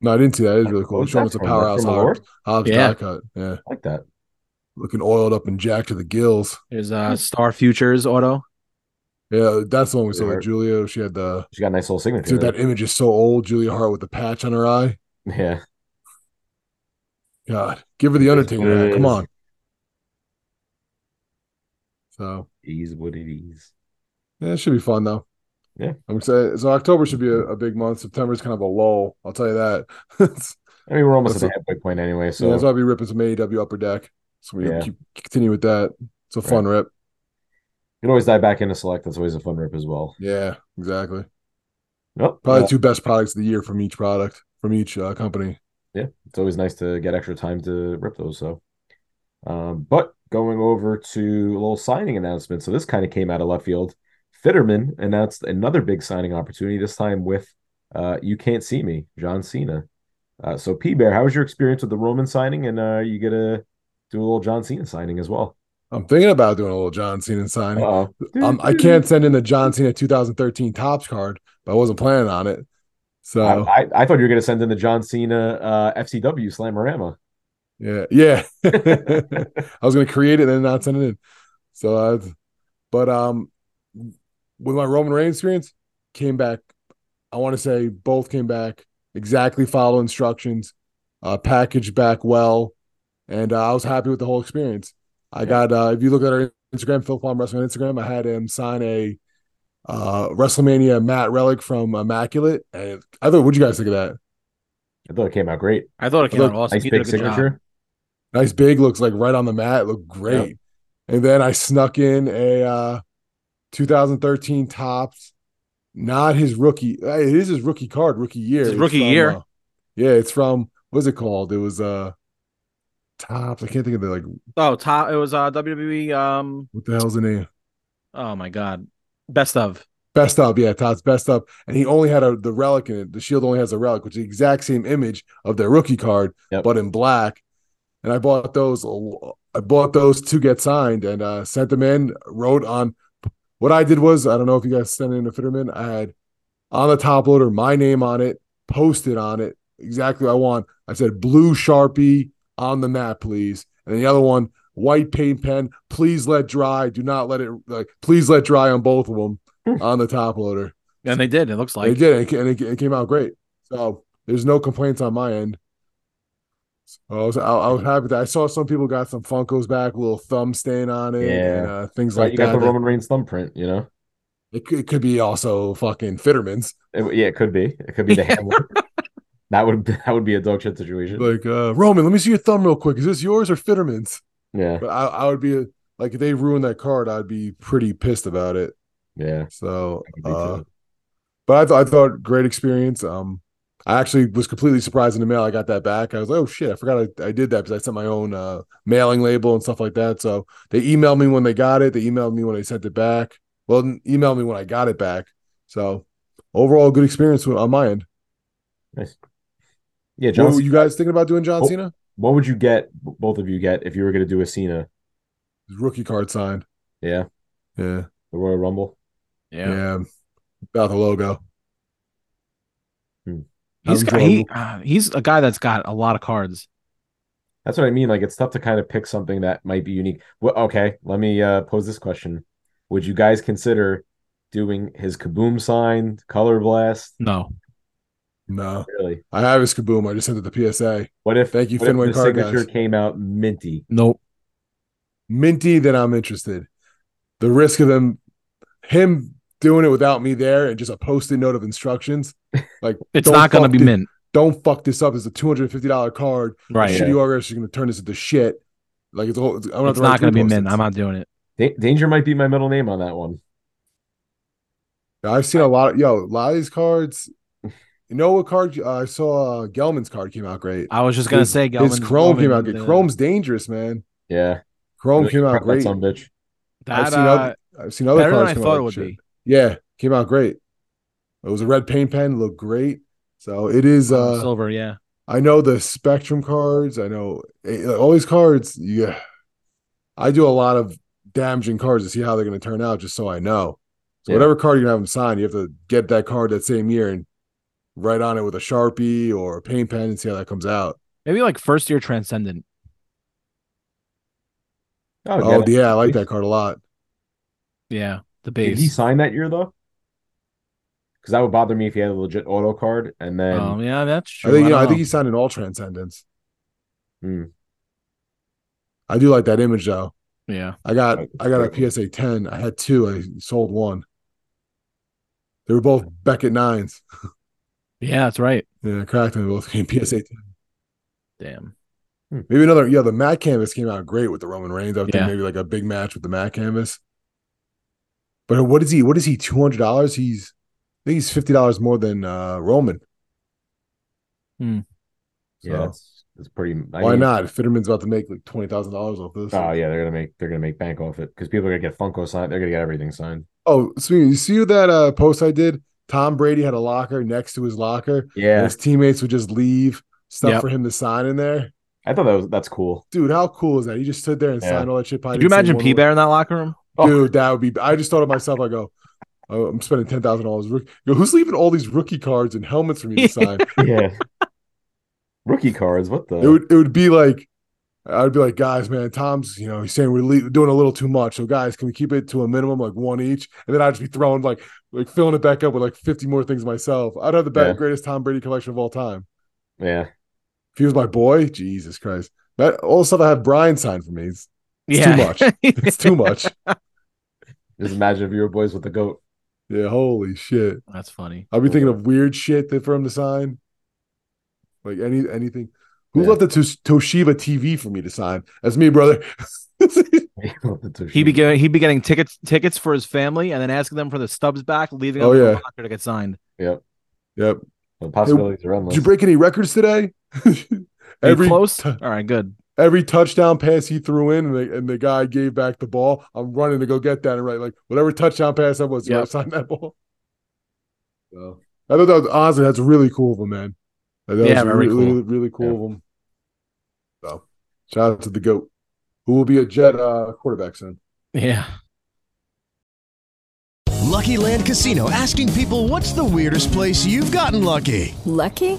no i didn't see that it's really cool
Who's
showing
that
it's a
from? That's
powerhouse
from Allure?
Hobbs, Hobbs
Yeah.
die cut yeah
I like that.
looking oiled up and jacked to the gills
There's uh Star Futures auto.
yeah that's the one we saw
Yeah.
with julia she had the
She's got a nice little signature.
dude that
there.
image is so old julia hart with the patch on her eye
yeah.
god give her the undertaker hat. come
is.
on so
is what it is.
Yeah, it should be fun though.
Yeah.
I'm excited. So October should be a, a big month. September's kind of a lull. I'll tell you that. It's-
I mean, we're almost
That's
at the halfway point anyway,
so
so
that's why I'll be ripping some AEW upper deck. So we
Yeah.
keep, continue with that. It's a fun rip.
you can always dive back into select. That's always a fun rip as well.
Yeah, exactly.
Nope.
Probably
Uh,
the two best products of the year from each product from each uh, company.
it's always nice to get extra time to rip those. So, um, but going over to a little signing announcement. So this kind of came out of left field. Fitterman announced another big signing opportunity. This time with uh, "You Can't See Me," John Cena. Uh, so P Bear, how was your experience with the Roman signing? And uh, are you gonna do a little John Cena signing as well?
I'm thinking about doing a little John Cena signing.
Uh-oh.
Um, I can't send in the John Cena 2013 tops card, but I wasn't planning on it. So
uh, I, I, I thought you were gonna send in the John Cena uh, FCW Slamorama.
Yeah, yeah. I was gonna create it and then not send it in. So, uh, but um, with my Roman Reigns experience, came back. I want to say both came back exactly, follow instructions, uh, packaged back well, and uh, I was happy with the whole experience. I got uh, if you look at our Instagram, Phil Plum Wrestling on Instagram, I had him sign a uh WrestleMania Matt relic from Immaculate, and I thought, what do you guys think of that?
I thought it came out great.
I thought it came out awesome.
Nice
He did
big
a good job.
signature.
Nice big looks like right on the mat. Looked great. And then I snuck in a uh 2013 tops, not his rookie. uh, It is his rookie card, rookie year.
his
It's
rookie
from,
year.
uh, yeah, it's from what's it called? It was uh tops. I can't think of the like
Oh, top. It was uh, WWE. Um.
what the hell's the name?
Oh my God. Best of.
Best up, yeah, Todd's best up, and he only had a, the relic in it. The shield only has a relic, which is the exact same image of their rookie card,
Yep.
but in black. And I bought those. I bought those to get signed and uh, sent them in. Wrote on what I did was I don't know if you guys sent it in to Fitterman. I had on the top loader my name on it, posted on it exactly what I want. I said blue sharpie on the mat, please, and the other one white paint pen. Please let dry. Do not let it like. Please let dry on both of them on the top loader.
And they did. It looks
They
like.
did, and it, and it came out great. So there's no complaints on my end. I was, I, I was happy that I saw some people got some Funkos back, a little thumb stain on it, and
Yeah.
uh, things
Right,
like
you
that.
got the
that-
Roman Reigns thumbprint, you know?
It, could- it could be also fucking Fitterman's.
It- yeah, it could be. It could be the Hamlet. That would that would be a dog shit situation.
Like uh, Roman, let me see your thumb real quick. Is this yours or Fitterman's?
yeah,
But I, I would be like, if they ruined that card, I'd be pretty pissed about it.
yeah.
So,
I could be
uh,
too.
but I, th- I thought great experience. Um, I actually was completely surprised in the mail. I got that back. I was like, oh shit, I forgot I, I did that because I sent my own uh, mailing label and stuff like that. So they emailed me when they got it. They emailed me when they sent it back. Well, n- emailed me when I got it back. So overall, good experience with- on my end.
Yeah, John.
What were you guys thinking about doing John
Oh.
Cena?
what would you get? b- Both of you get if you were going to do a Cena?
His rookie card signed.
Yeah,
Yeah,
the Royal Rumble.
yeah.
Yeah.
About the logo.
Hmm.
He's
I'm
got, he,
enjoyable.
uh, he's a guy that's got a lot of cards.
That's what I mean. Like it's tough to kind of pick something that might be unique. Well, okay, let me uh, pose this question: Would you guys consider doing his Kaboom sign, color blast?
No.
No,
Really?
I have his kaboom. I just sent it to PSA.
What if?
Thank you,
what if
Fenway
the
Card Guys.
signature came out minty.
Nope.
minty then i'm interested the risk of him him doing it without me there and just a post-it note of instructions like
It's
don't
not going to
fuck
be
thi-
mint.
don't fuck this up it's a $250 card
Right.
shitty autographs she's going to turn this into shit like it's, a whole, it's, I'm
It's not going to be mint. I'm not doing it.
Da- Danger might be my middle name on that one.
i've seen a lot of yo a lot of these cards you know what card you- uh, i saw uh, gelman's card came out great
I was just going to
His-
say
his
Gelman's
chrome came
Roman,
out good
the-
chrome's dangerous man
Yeah,
chrome
Really
came out
prep that
great
son of a bitch.
That,
I've seen
uh,
other, I've seen other
better than
cards
I
come out
thought it
like
would
shit.
be.
Yeah, came out great. It was a red paint pen, looked great. So it is.
Oh,
Uh,
silver, yeah.
I know the Spectrum cards. I know eh, like, all these cards. Yeah, I do a lot of damaging cards to see how they're going to turn out, just so I know. So
Yeah.
whatever card you're going to have them sign, you have to get that card that same year and write on it with a sharpie or a paint pen and see how that comes out.
Maybe like first year transcendent.
yeah,
Oh
that-
yeah, I like that card a lot.
Yeah. The
Did he
base.
sign that year though? Because that would bother me if he had a legit auto card and then
Um, yeah, that's
Oh, I
true.
think you know,
don't
I think he signed in all transcendence.
Hmm.
I do like that image though.
yeah.
I got
Like,
I got
terrible.
a PSA ten. I had two. I sold one. They were both Beckett nines.
Yeah, that's right.
Yeah, cracked them. They both came PSA ten.
Damn.
Maybe another. Yeah, the matte canvas came out great with the Roman Reigns. I would
Yeah.
think maybe like a big match with the matte canvas. But what is he? What is he? Two hundred dollars. He's I think he's fifty dollars more than uh, Roman.
Hmm.
yeah,
So,
that's, that's pretty. I
why
mean,
not? Fitterman's about to make like twenty thousand dollars off this.
Oh yeah, they're gonna make they're gonna make bank off it because people are gonna get Funko signed. They're gonna get everything signed.
Oh, speaking. You see that uh, post I did? Tom Brady had a locker next to his locker. and
Yeah,
his teammates would just leave stuff
Yep.
for him to sign in there.
I thought that was that's cool.
Dude, how cool is that? He just stood there and
Yeah.
signed all that shit. probably
Could you
didn't say
imagine
one
P
word.
Bear in that locker room?
Dude, that would be. I just thought of myself. I go, oh, I'm spending ten thousand dollars. Yo, who's leaving all these rookie cards and helmets for me to sign?
Yeah, rookie cards. What the?
it would. It would be like I'd be like, guys, man, Tom's, you know, he's saying we're le- doing a little too much. So, guys, can we keep it to a minimum, like one each? And then I'd just be throwing like, like filling it back up with like 50 more things myself. I'd have the best,
Yeah.
greatest Tom Brady collection of all time.
Yeah.
If he was my boy, Jesus Christ. That all the stuff I have Brian signed for me. It's, it's
Yeah.
too much. It's too much.
Just imagine if you were boys with the goat.
Yeah, holy shit.
That's funny.
I'll be thinking of weird shit that for him to sign. Like any anything. Who
Yeah.
left the Tos- Toshiba TV for me to sign? That's me, brother.
He'd be getting he'd be getting tickets tickets for his family and then asking them for the stubs back, leaving
Oh,
them in the
yeah.
locker to get signed.
Yep.
Yep.
The possibilities are endless.
Did you break any records today?
Are you
every
close?
t-
All right, good.
every touchdown pass he threw in, and the, and the guy gave back the ball. I'm running to go get that and right like whatever touchdown pass that was. Yeah,
Yep.
sign that ball. So I thought that was, honestly that's really cool of him, man. I thought
Yeah,
that was
very
really,
cool.
really really cool of him. So shout out to the goat, who will be a Jet uh, quarterback soon.
Yeah.
Lucky Land Casino asking people what's the weirdest place you've gotten lucky?
Lucky?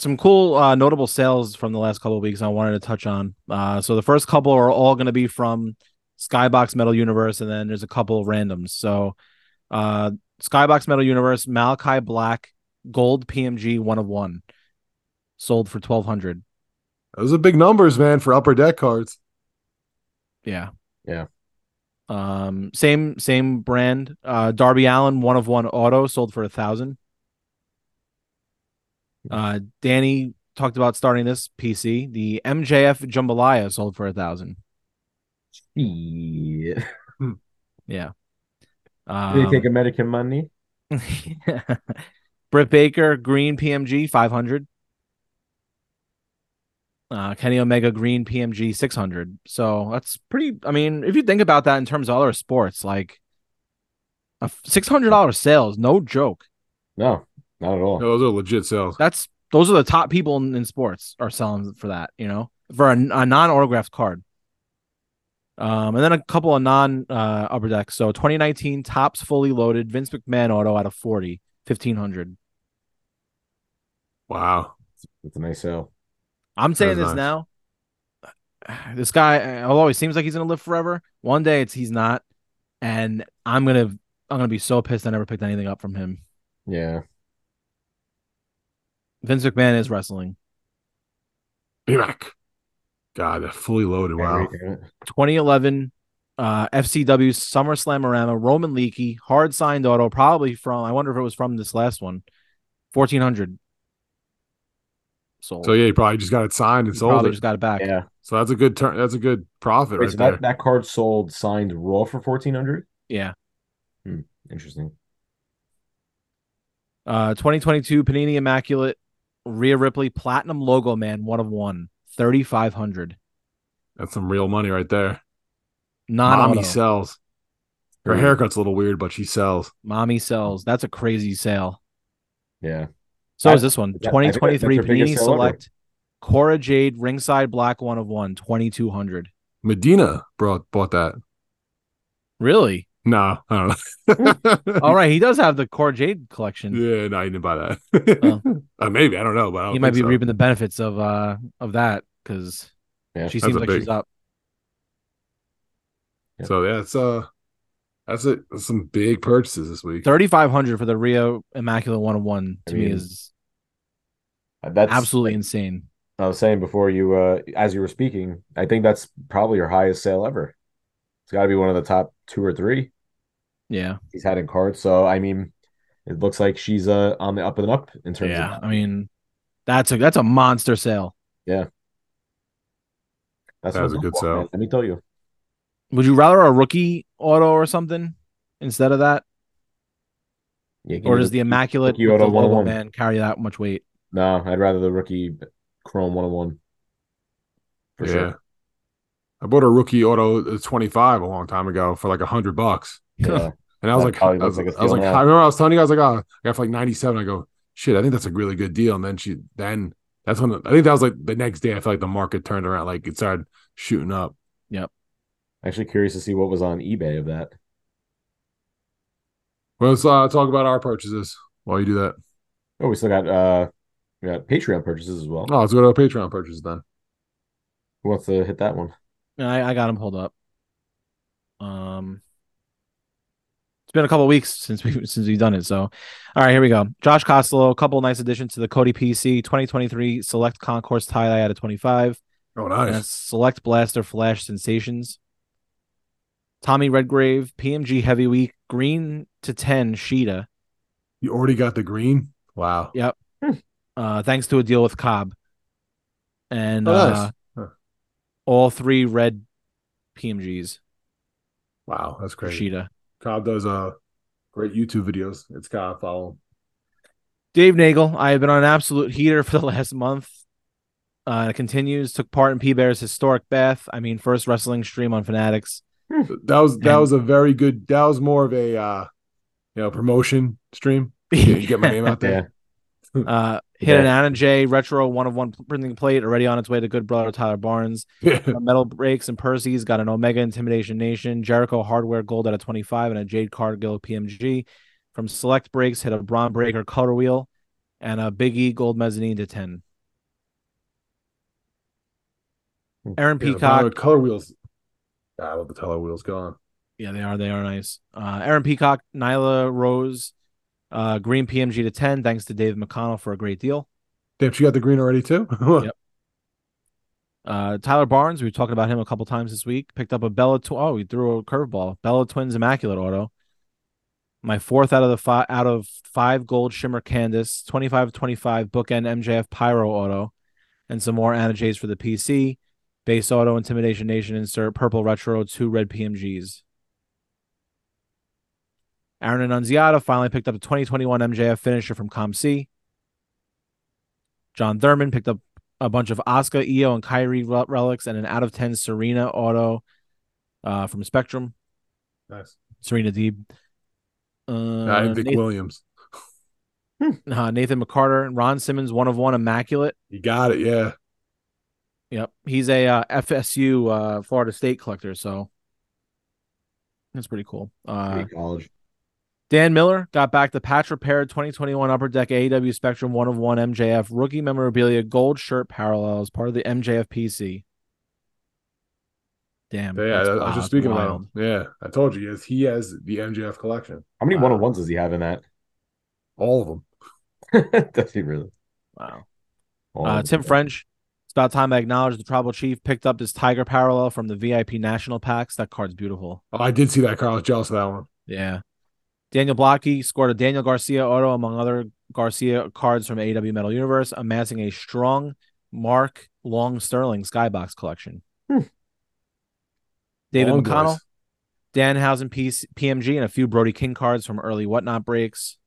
some cool uh, notable sales from the last couple of weeks I wanted to touch on. Uh, so the first couple are all going to be from Skybox Metal Universe, and then there's a couple of randoms. So uh, Skybox Metal Universe, Malachi Black, Gold PMG one of one, sold for twelve hundred.
Those are big numbers, man, for upper deck cards.
Yeah.
Yeah.
Um, same same brand. Uh, Darby Allen one of one auto sold for a thousand. Uh, Danny talked about starting this PC. The MJF Jambalaya sold for a thousand.
Yeah.
Yeah.
Did they take
Um,
American money?
Britt Baker Green PMG five hundred. Uh, Kenny Omega Green PMG six hundred. So that's pretty. I mean, if you think about that in terms of other sports, like a six hundred dollars sales, no joke.
No, not at all.
those are legit sales.
That's those are the top people in, in sports are selling for that. You know, for a, a non autographed card. Um, and then a couple of non uh, upper decks. So 2019 tops fully loaded Vince McMahon auto out of 40, 1500.
Wow.
It's a nice sale.
I'm saying
That's
this
nice.
now. This guy, although he seems like he's gonna live forever, one day it's he's not, and I'm gonna I'm gonna be so pissed I never picked anything up from him.
Yeah.
Vince McMahon is wrestling.
Back. God, they're fully loaded. Wow.
2011 uh, FCW Summer Slamorama, Roman Leakey, hard signed auto, probably from, I wonder if it was from this last one, 1400. Sold.
So yeah, he probably just got it signed and
He
sold
probably
it.
just got it back.
Yeah.
So that's a good turn. That's a good profit
Wait,
right
so
there.
that, that card sold signed raw for fourteen hundred?
Yeah.
Hmm, interesting.
Uh, 2022 Panini Immaculate, Rhea Ripley, Platinum Logo Man, one of one, 3500.
That's some real money right there.
Non
Mommy sells. Her
Ooh.
haircut's a little weird, but she sells.
Mommy sells. That's a crazy sale.
Yeah.
So
I-
is this one.
that- I think that- that's
2023
her biggest
Panini
sale ever.
Select, Cora Jade, Ringside Black, one of one, 2200.
Medina brought bought that.
Really?
No, I don't know.
All right, he does have the Core Jade collection.
Yeah, no, I didn't buy that. Uh, maybe I don't know, but I don't
he might
think
be
so.
reaping the benefits of uh of that because
Yeah.
she
That's
seems
a
like
big-
she's up.
So yeah, it's uh, that's it. That's some big purchases this week.
Thirty five hundred for the Rio Immaculate One Hundred One
I
to me
mean,
is
Uh, That's
absolutely insane.
I was saying before you uh as you were speaking, I think that's probably her highest sale ever. It's gotta be one of the top two or three
Yeah,
he's had in cards. So I mean it looks like she's uh on the up and up in terms
yeah.
of
I mean, that's a that's a monster sale.
yeah. That's
That
what
was a
I'm
good
going for, man.
sell.
Let me tell you.
Would you rather a rookie auto or something instead of that,
Yeah, give
or
me
does the Immaculate
rookie
with the
auto
logo
101?
man carry that much weight?
No, I'd rather the rookie Chrome 101. For
yeah.
sure.
I bought a rookie auto uh, 25 a long time ago for like a hundred bucks.
Yeah.
And I was
That
like, I
probably
was,
looks like a
I was
steal
like,
now.
I remember I was telling you, I was like, oh, I got for like 97. I go, shit, I think that's a really good deal. And then she, then that's when I think that was like the next day. I felt like the market turned around, like it started shooting up.
Yep.
Actually, curious to see what was on eBay of that.
Well, let's uh, talk about our purchases while you do that.
Oh, we still got uh, we got Patreon purchases as well.
Oh, let's go to our Patreon purchase then.
Who wants to hit that one?
I, I got him. Hold up. Um, it's been a couple weeks since we since we've done it. So, all right, here we go. Josh Costello, a couple of nice additions to the Cody PC 2023 Select Concourse tie dye out of 25.
Oh, nice.
And a Select Blaster Flash Sensations. Tommy Redgrave, PMG Heavyweight, green to 10 Sheeta.
You already got the green? Wow.
Yep. Uh, thanks to a deal with Cobb. And
Oh,
uh,
nice. Huh.
all three red PMGs.
Wow, that's
for
crazy.
Sheeta.
Cobb does uh great YouTube videos. It's Cobb. Follow him.
Dave Nagel, I have been on an absolute heater for the last month. Uh, it continues. Took part in P Bear's historic bath. I mean, first wrestling stream on Fanatics.
That was that
And-
was a very good. That was more of a uh you know promotion stream. Yeah, you get my name out there.
Uh, hit an Anna J retro one of one printing plate already on its way to good brother Tyler Barnes.
Uh,
Metal Breaks and Percy's got an Omega Intimidation Nation, Jericho Hardware Gold at a 25, and a Jade Cargill PMG. From Select Breaks, hit a Braun Breaker Cutter Wheel and a Big E Gold Mezzanine to 10. Aaron
Yeah, the
Peacock.
Brown color wheels. I love the color wheels. Go on.
Yeah, they are. They are nice. Uh, Aaron Peacock, Nyla Rose, uh, Green PMG to 10. Thanks to Dave McConnell for a great deal.
Damn, she got the green already too.
Yep. Uh, Tyler Barnes, we've talked about him a couple times this week. Picked up a Bella. Tw- oh, he threw a curveball. Bella Twins Immaculate Auto. My fourth out of the five out of five gold shimmer Candace 25 25 bookend MJF Pyro Auto, and some more Anna J's for the PC. Base Auto Intimidation Nation insert purple retro two red PMGs. Aaron Annunziata finally picked up a 2021 MJF finisher from ComC. John Thurman picked up a bunch of Asuka, Io, and Kyrie rel- relics and an out of 10 Serena auto uh, from Spectrum.
Nice.
Serena Deeb. Uh,
I Dick
Nathan,
Williams.
uh, Nathan McCarter and Ron Simmons, one of one, immaculate.
You got it. Yeah.
Yep. He's a uh, FSU uh, Florida State collector. So that's pretty cool. Uh,
Great college.
Dan Miller got back the patch repair 2021 Upper Deck AEW Spectrum 1 of 1 MJF rookie memorabilia gold shirt parallels, part of the MJF PC. Damn.
Yeah.
that's
I was
wild,
just speaking about
wild.
him. Yeah. I told you. Yes, he has the MJF collection.
How many one on ones does he have in that?
All of them.
does he really?
Wow.
All
Uh,
of
Tim
them.
French, it's about time I acknowledge the tribal chief picked up this Tiger parallel from the VIP National Packs. That card's beautiful.
Oh, I did see that. Carl I was jealous of that one.
Yeah. Daniel Blocky scored a Daniel Garcia auto among other Garcia cards from AEW Metal Universe, amassing a strong Mark Long Sterling Skybox collection. David
Long
McConnell,
boys.
Danhausen PC, PMG, and a few Brody King cards from early Whatnot breaks.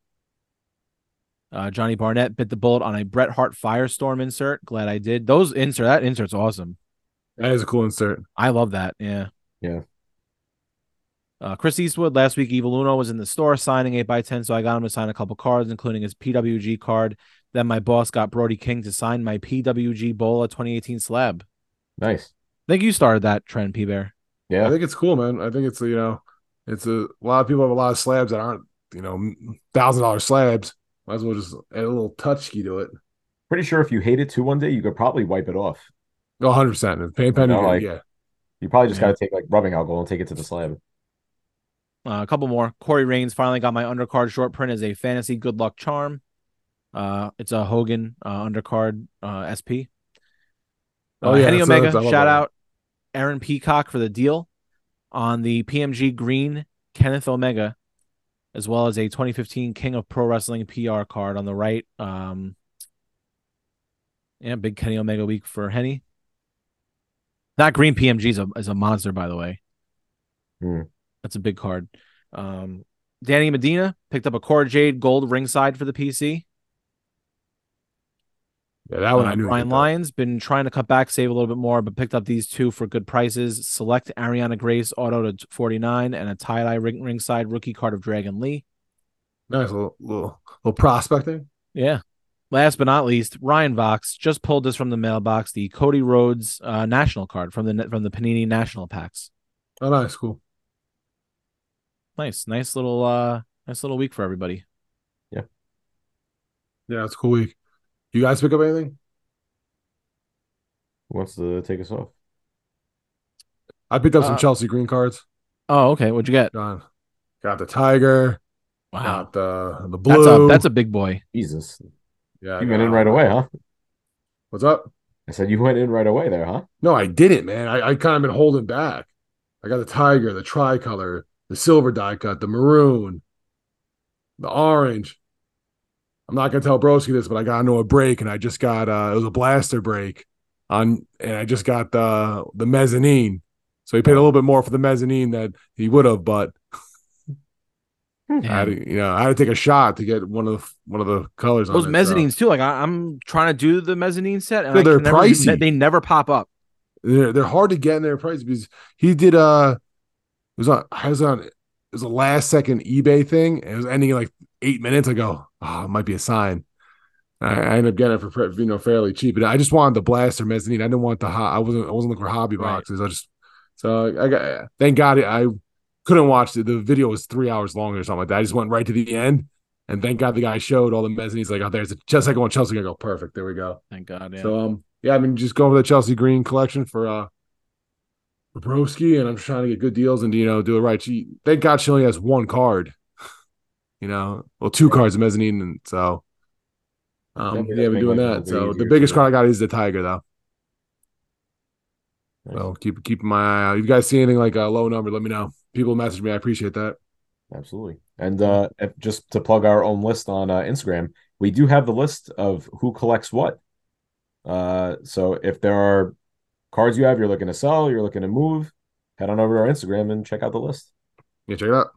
Uh, Johnny Barnett bit the bullet on a Bret Hart Firestorm insert. Glad I did. Those insert that insert's awesome.
That is a cool insert.
I love that. Yeah.
Yeah.
Uh, Chris Eastwood last week, Evil Uno was in the store signing 8x10, so I got him to sign a couple cards, including his PWG card. Then my boss got Brody King to sign my PWG Bola 2018 slab.
Nice.
I think you started that trend, P Bear.
Yeah.
I think it's cool, man. I think it's you know, it's a, a lot of people have a lot of slabs that aren't you know thousand dollar slabs. Might as well just add a little touch key to it.
Pretty sure if you hate it too one day, you could probably wipe it off.
One hundred percent. Paint pen,
You know, like,
yeah.
You probably just
Yeah.
got to take like rubbing alcohol and take it to the slab.
Uh, a couple more. Corey Reigns finally got my undercard short print as a fantasy good luck charm. Uh, it's a Hogan uh, undercard uh, SP. Uh,
Oh, yeah,
Kenny
that's-
Omega,
that's- I love that
shout
one.
out Aaron Peacock for the deal on the PMG Green Kenneth Omega, as well as a 2015 King of Pro Wrestling PR card on the right. Um, yeah, big Kenny Omega week for Henny. That green PMG is a, is a monster, by the way.
Hmm.
That's a big card. Um, Danny Medina picked up a Core Jade Gold ringside for the PC.
Yeah, that one I knew.
Uh, Brian Lyons been trying to cut back, save a little bit more, but picked up these two for good prices. Select Ariana Grace auto to 49 and a tie dye ring ringside rookie card of Dragon Lee.
Nice little little, little prospecting.
Yeah. Last but not least, Ryan Vox just pulled this from the mailbox, the Cody Rhodes uh, national card from the from the Panini National packs.
Oh, nice, cool.
Nice, nice little uh nice little week for everybody.
Yeah, it's a cool week. You guys pick up anything?
Who wants to take us off?
I picked up some
Uh,
Chelsea green cards.
Oh, okay. What'd you get?
Got, got the tiger.
Wow.
Got the the
That's a
blue.
that's a big boy.
Jesus.
Yeah,
you
I
went in
got-
right away, huh?
What's up?
I said you went in right away there, huh?
No, I didn't, man. I, I kind of been holding back. I got the tiger, the tricolor, the silver die cut, the maroon, the orange. I'm not gonna tell Broski this, but I got into a break and I just got uh it was a blaster break on and I just got the the mezzanine. So he paid a little bit more for the mezzanine that he would have, but I had to, you know, I had to take a shot to get one of the one of the colors
Those
on it, so.
mezzanines too. Like I, I'm trying to do the mezzanine set, and
Dude,
I
they're
can never-
pricey.
they never pop up.
they're they're hard to get in their price because he did uh it was on I was on it was a last second eBay thing and it was ending in like eight minutes. I go, oh, it might be a sign. I, I ended up getting it for pre- you know fairly cheap, but I just wanted the blaster mezzanine. I didn't want the hot. I wasn't I wasn't looking for hobby boxes. I just so I got thank God I couldn't watch it. The video was three hours long or something like that. I just went right to the end. And thank God the guy showed all the mezzanines like, oh, there's a just second one, Chelsea. I go, perfect. There we go.
Thank God. Yeah.
So um yeah, I mean just going for the Chelsea Green collection for uh for Broski, and I'm just trying to get good deals and you know do it right. She thank God she only has one card. You know, well two cards mezzanine and so um
Definitely
yeah,
make
we're doing
life a little
that.
bit
So the
easier
biggest
for
card I got is the Tiger though. So keep keep my eye out. If you guys see anything like a low number, let me know. People message me, I appreciate that.
Absolutely. And uh, if- just to plug our own list on uh, Instagram, we do have the list of who collects what. Uh, so if there are cards you have, you're looking to sell, you're looking to move, head on over to our Instagram and check out the list.
Yeah, check it out.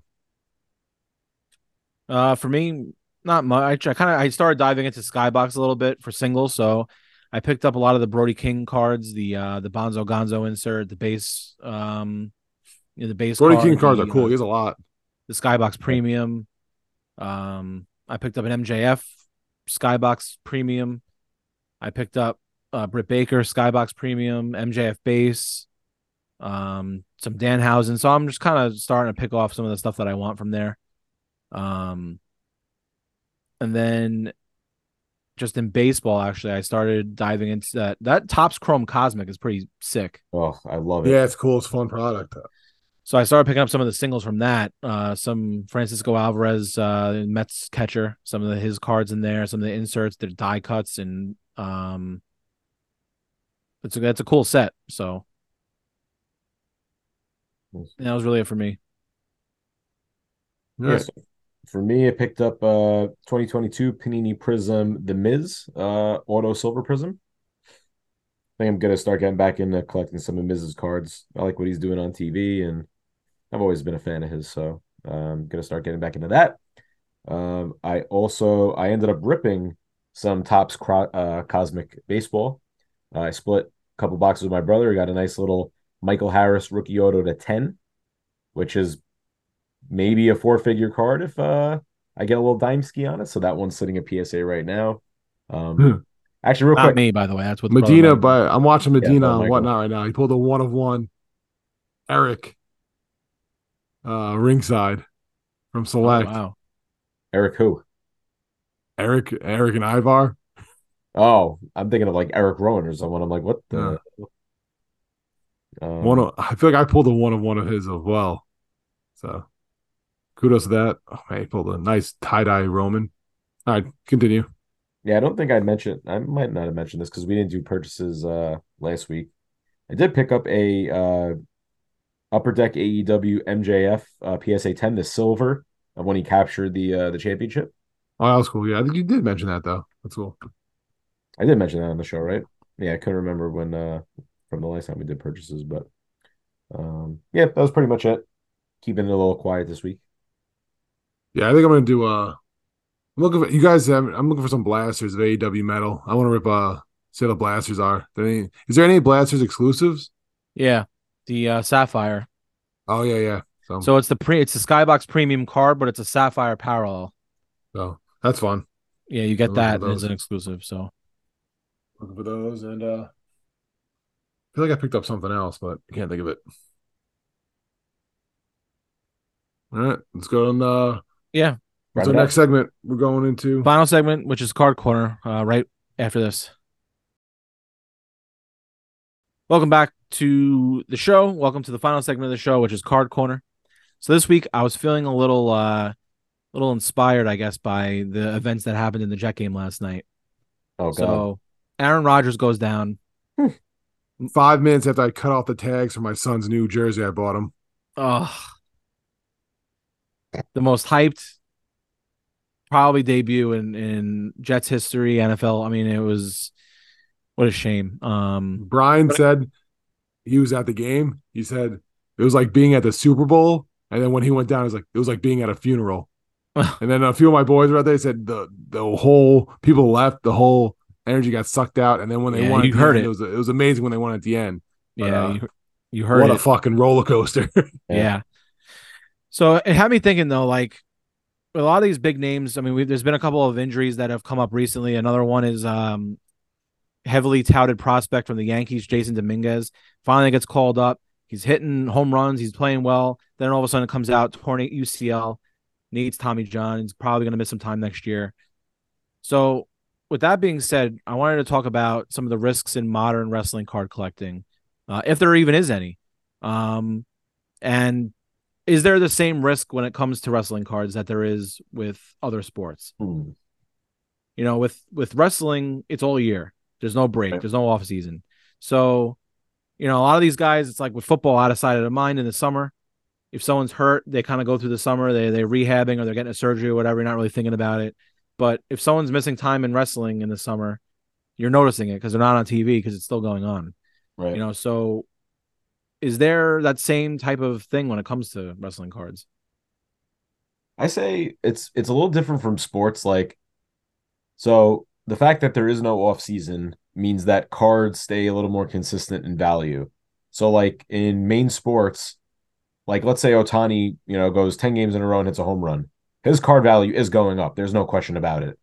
Uh, for me, not much. I kind of I started diving into Skybox a little bit for singles, so I picked up a lot of the Brody King cards, the uh the Bonzo Gonzo insert, the base um you know, the base
Brody
card,
King cards
the,
are cool.
uh,
he has a lot.
the Skybox Premium. Um, I picked up an MJF Skybox Premium. I picked up uh, Britt Baker Skybox Premium, MJF base, um, some Danhausen. So I'm just kind of starting to pick off some of the stuff that I want from there. Um, and then just in baseball, actually, I started diving into that. That Topps Chrome Cosmic is pretty sick.
Oh, I love it.
Yeah, it's cool. It's a fun product.
So I started picking up some of the singles from that. Uh, some Francisco Alvarez, uh, Mets catcher, some of the, his cards in there, some of the inserts, their die cuts, and um, it's a that's a cool set. So that was really it for me.
Yeah, so for me, I picked up uh 2022 Panini Prism The Miz uh Auto Silver Prism. I think I'm gonna start getting back into collecting some of Miz's cards. I like what he's doing on TV, and I've always been a fan of his, so I'm gonna start getting back into that. Um, I also I ended up ripping some Topps Cro- uh, Cosmic Baseball. Uh, I split a couple boxes with my brother. We got a nice little Michael Harris rookie auto to ten, which is maybe a four figure card if uh I get a little dime ski on it. So that one's sitting at PSA right now. Um
Hmm.
actually real
Not
quick
me, by the way. That's what the
Medina,
program-
but I'm watching
Yeah,
Medina
Bo
on
Michael.
whatnot right now. He pulled a one of one Eric uh ringside from Select.
Oh, wow.
Eric who?
Eric Eric and Ivar.
Oh, I'm thinking of like Eric Rowan or someone. I'm like, what the um,
One of, I feel like I pulled a one of one of his as well. So kudos to that. Oh man, he pulled a nice tie dye Roman. All right, continue.
Yeah, I don't think I mentioned I might not have mentioned this because we didn't do purchases uh last week. I did pick up a uh Upper Deck E AEW MJF uh, PSA 10, the silver of when he captured the uh the championship.
Oh, that was cool. Yeah, I think you did mention that though. That's cool.
I did mention that on the show, right? Yeah, I couldn't remember when uh from the last time we did purchases, but um yeah, that was pretty much it. Keeping it a little quiet this week.
Yeah, I think I'm gonna do uh I'm looking for you guys. Have, I'm looking for some blasters of AEW metal. I want to rip. Uh, see how the blasters are. There any- is there any blasters exclusives?
Yeah, the uh, sapphire.
Oh yeah, yeah. So,
So it's the pre, it's the Skybox premium card, but it's a sapphire parallel.
so that's fun.
Yeah, you get
I'm looking
that
for
and it's
those.
an exclusive. So
Looking for those, and uh, I feel like I picked up something else, but I can't think of it. All right, let's go on. Uh,
yeah,
what's our next segment? We're going into
final segment, which is card corner. Uh, right after this. Welcome back to the show. Welcome to the final segment of the show, which is card corner. So this week I was feeling a little, uh, little inspired, I guess, by the events that happened in the Jet game last night.
Oh
So Aaron Rodgers goes down.
five minutes after I cut off the tags for my son's new jersey, I bought him.
Oh, the most hyped probably debut in in Jets history, NFL. I mean, it was what a shame. Um,
Brian said he was at the game. He said it was like being at the Super Bowl, and then when he went down, it was like it was like being at a funeral. and then a few of my boys were out there. They said the the whole people left, the whole energy got sucked out, and then when they
Yeah,
won, at
you
the
heard
end,
it.
was it was amazing when they won at the end.
Yeah, you- you heard
uh, what a
it.
fucking roller coaster.
yeah. So it had me thinking though, like with a lot of these big names. I mean, we've, there's been a couple of injuries that have come up recently. Another one is um, heavily touted prospect from the Yankees, Jason Dominguez, finally gets called up. He's hitting home runs. He's playing well. Then all of a sudden, it comes out torn UCL, needs Tommy John. He's probably going to miss some time next year. So, with that being said, I wanted to talk about some of the risks in modern wrestling card collecting, uh, if there even is any. Um, and is there the same risk when it comes to wrestling cards that there is with other sports?
Hmm,
You know, with with wrestling, it's all year. There's no break. There's no off season. So, you know, a lot of these guys, it's like with football out of sight of the mind in the summer. If someone's hurt, they kind of go through the summer. They they rehabbing or they're getting a surgery or whatever. You're not really thinking about it. But if someone's missing time in wrestling in the summer, you're noticing it because they're not on TV because it's still going on.
Right.
You know, so is there that same type of thing when it comes to wrestling cards?
I say it's it's a little different from sports. Like, so the fact that there is no off season means that cards stay a little more consistent in value. So, like in main sports, like let's say Otani, you know, goes ten games in a row and hits a home run, his card value is going up. There's no question about it.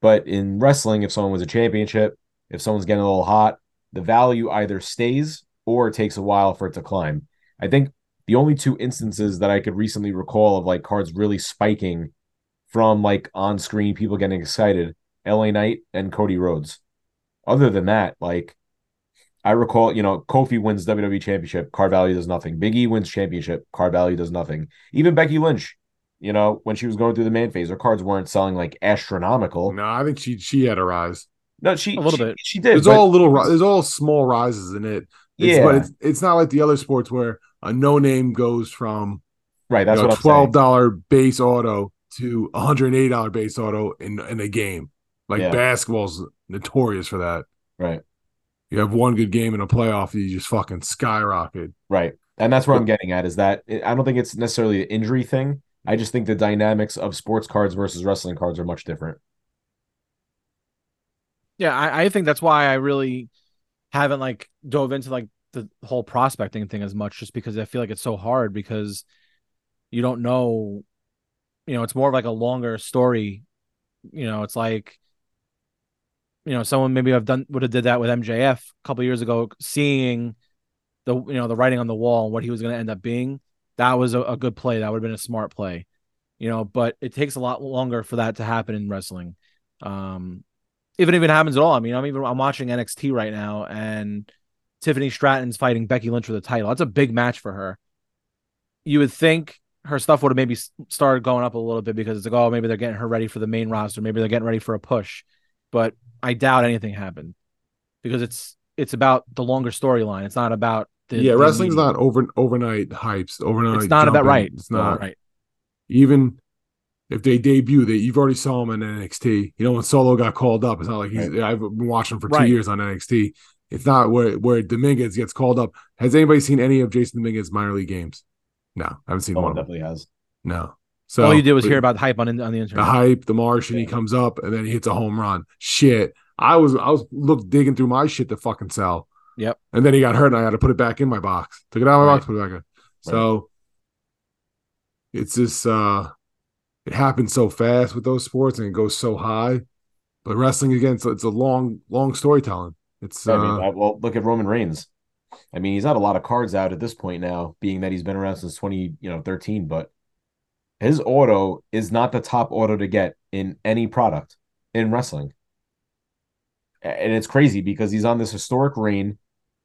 But in wrestling, if someone wins a championship, if someone's getting a little hot, the value either stays or it takes a while for it to climb. I think the only two instances that I could recently recall of like cards really spiking from like on screen people getting excited, LA Knight and Cody Rhodes. Other than that, like I recall, you know, Kofi wins WWE Championship, card value does nothing. Big E wins championship, card value does nothing. Even Becky Lynch, you know, when she was going through the man phase, her cards weren't selling like astronomical.
No, I think she she had a rise.
No, she a little bit. She did.
There's
but-
all little. ri- There's all small rises in it. It's,
Yeah.
but it's it's not like the other sports where a no name goes from
Right, that's what I'm saying.
twelve dollar base auto to a hundred and eighty dollar base auto in in a game. Like
Yeah.
basketball's notorious for that.
Right.
You have one good game in a playoff, you just fucking skyrocket.
Right. And that's where I'm getting at is that it, I don't think it's necessarily an injury thing. I just think the dynamics of sports cards versus wrestling cards are much different.
Yeah, I, I think that's why I really haven't like dove into like the whole prospecting thing as much, just because I feel like it's so hard because you don't know, you know, it's more of like a longer story. You know, it's like, you know, someone maybe I've done would have did that with MJF a couple years ago, seeing the you know the writing on the wall and what he was going to end up being. That was a, a good play. That would have been a smart play, you know. But it takes a lot longer for that to happen in wrestling. Um, if it even happens at all. I mean, I'm even I'm watching NXT right now, and Tiffany Stratton's fighting Becky Lynch for the title. That's a big match for her. You would think her stuff would have maybe s- started going up a little bit because it's like, oh, maybe they're getting her ready for the main roster, maybe they're getting ready for a push. But I doubt anything happened because it's it's about the longer storyline. It's not about the
yeah,
the
wrestling's
immediate-
not over overnight hypes. Overnight,
It's not about
jumping.
right.
It's not
right.
Even if they debut, that you've already saw him in NXT. You know when Solo got called up, it's not like he's. I've been watching him for two
Right.
years on NXT. It's not where where Dominguez gets called up.
Oh,
Has anybody seen any of Jason Dominguez's minor league games? No, I haven't seen
Someone
one.
definitely has.
No, So
all you did was hear about the hype on on the
the
internet.
hype, the Martian. He comes up and then he hits a home run. Shit, I was I was look digging through my shit to fucking sell.
Yep.
And then he got hurt, and I had to put it back in my box. Took it out of my box, put it back in. So it's just uh it happens so fast with those sports, and it goes so high. But wrestling again, it's, it's a long, long storytelling. It's uh,
I mean, I- well, look at Roman Reigns. I mean, he's not a lot of cards out at this point now, being that he's been around since twenty, you know, thirteen. But his auto is not the top auto to get in any product in wrestling, A- and it's crazy because he's on this historic reign.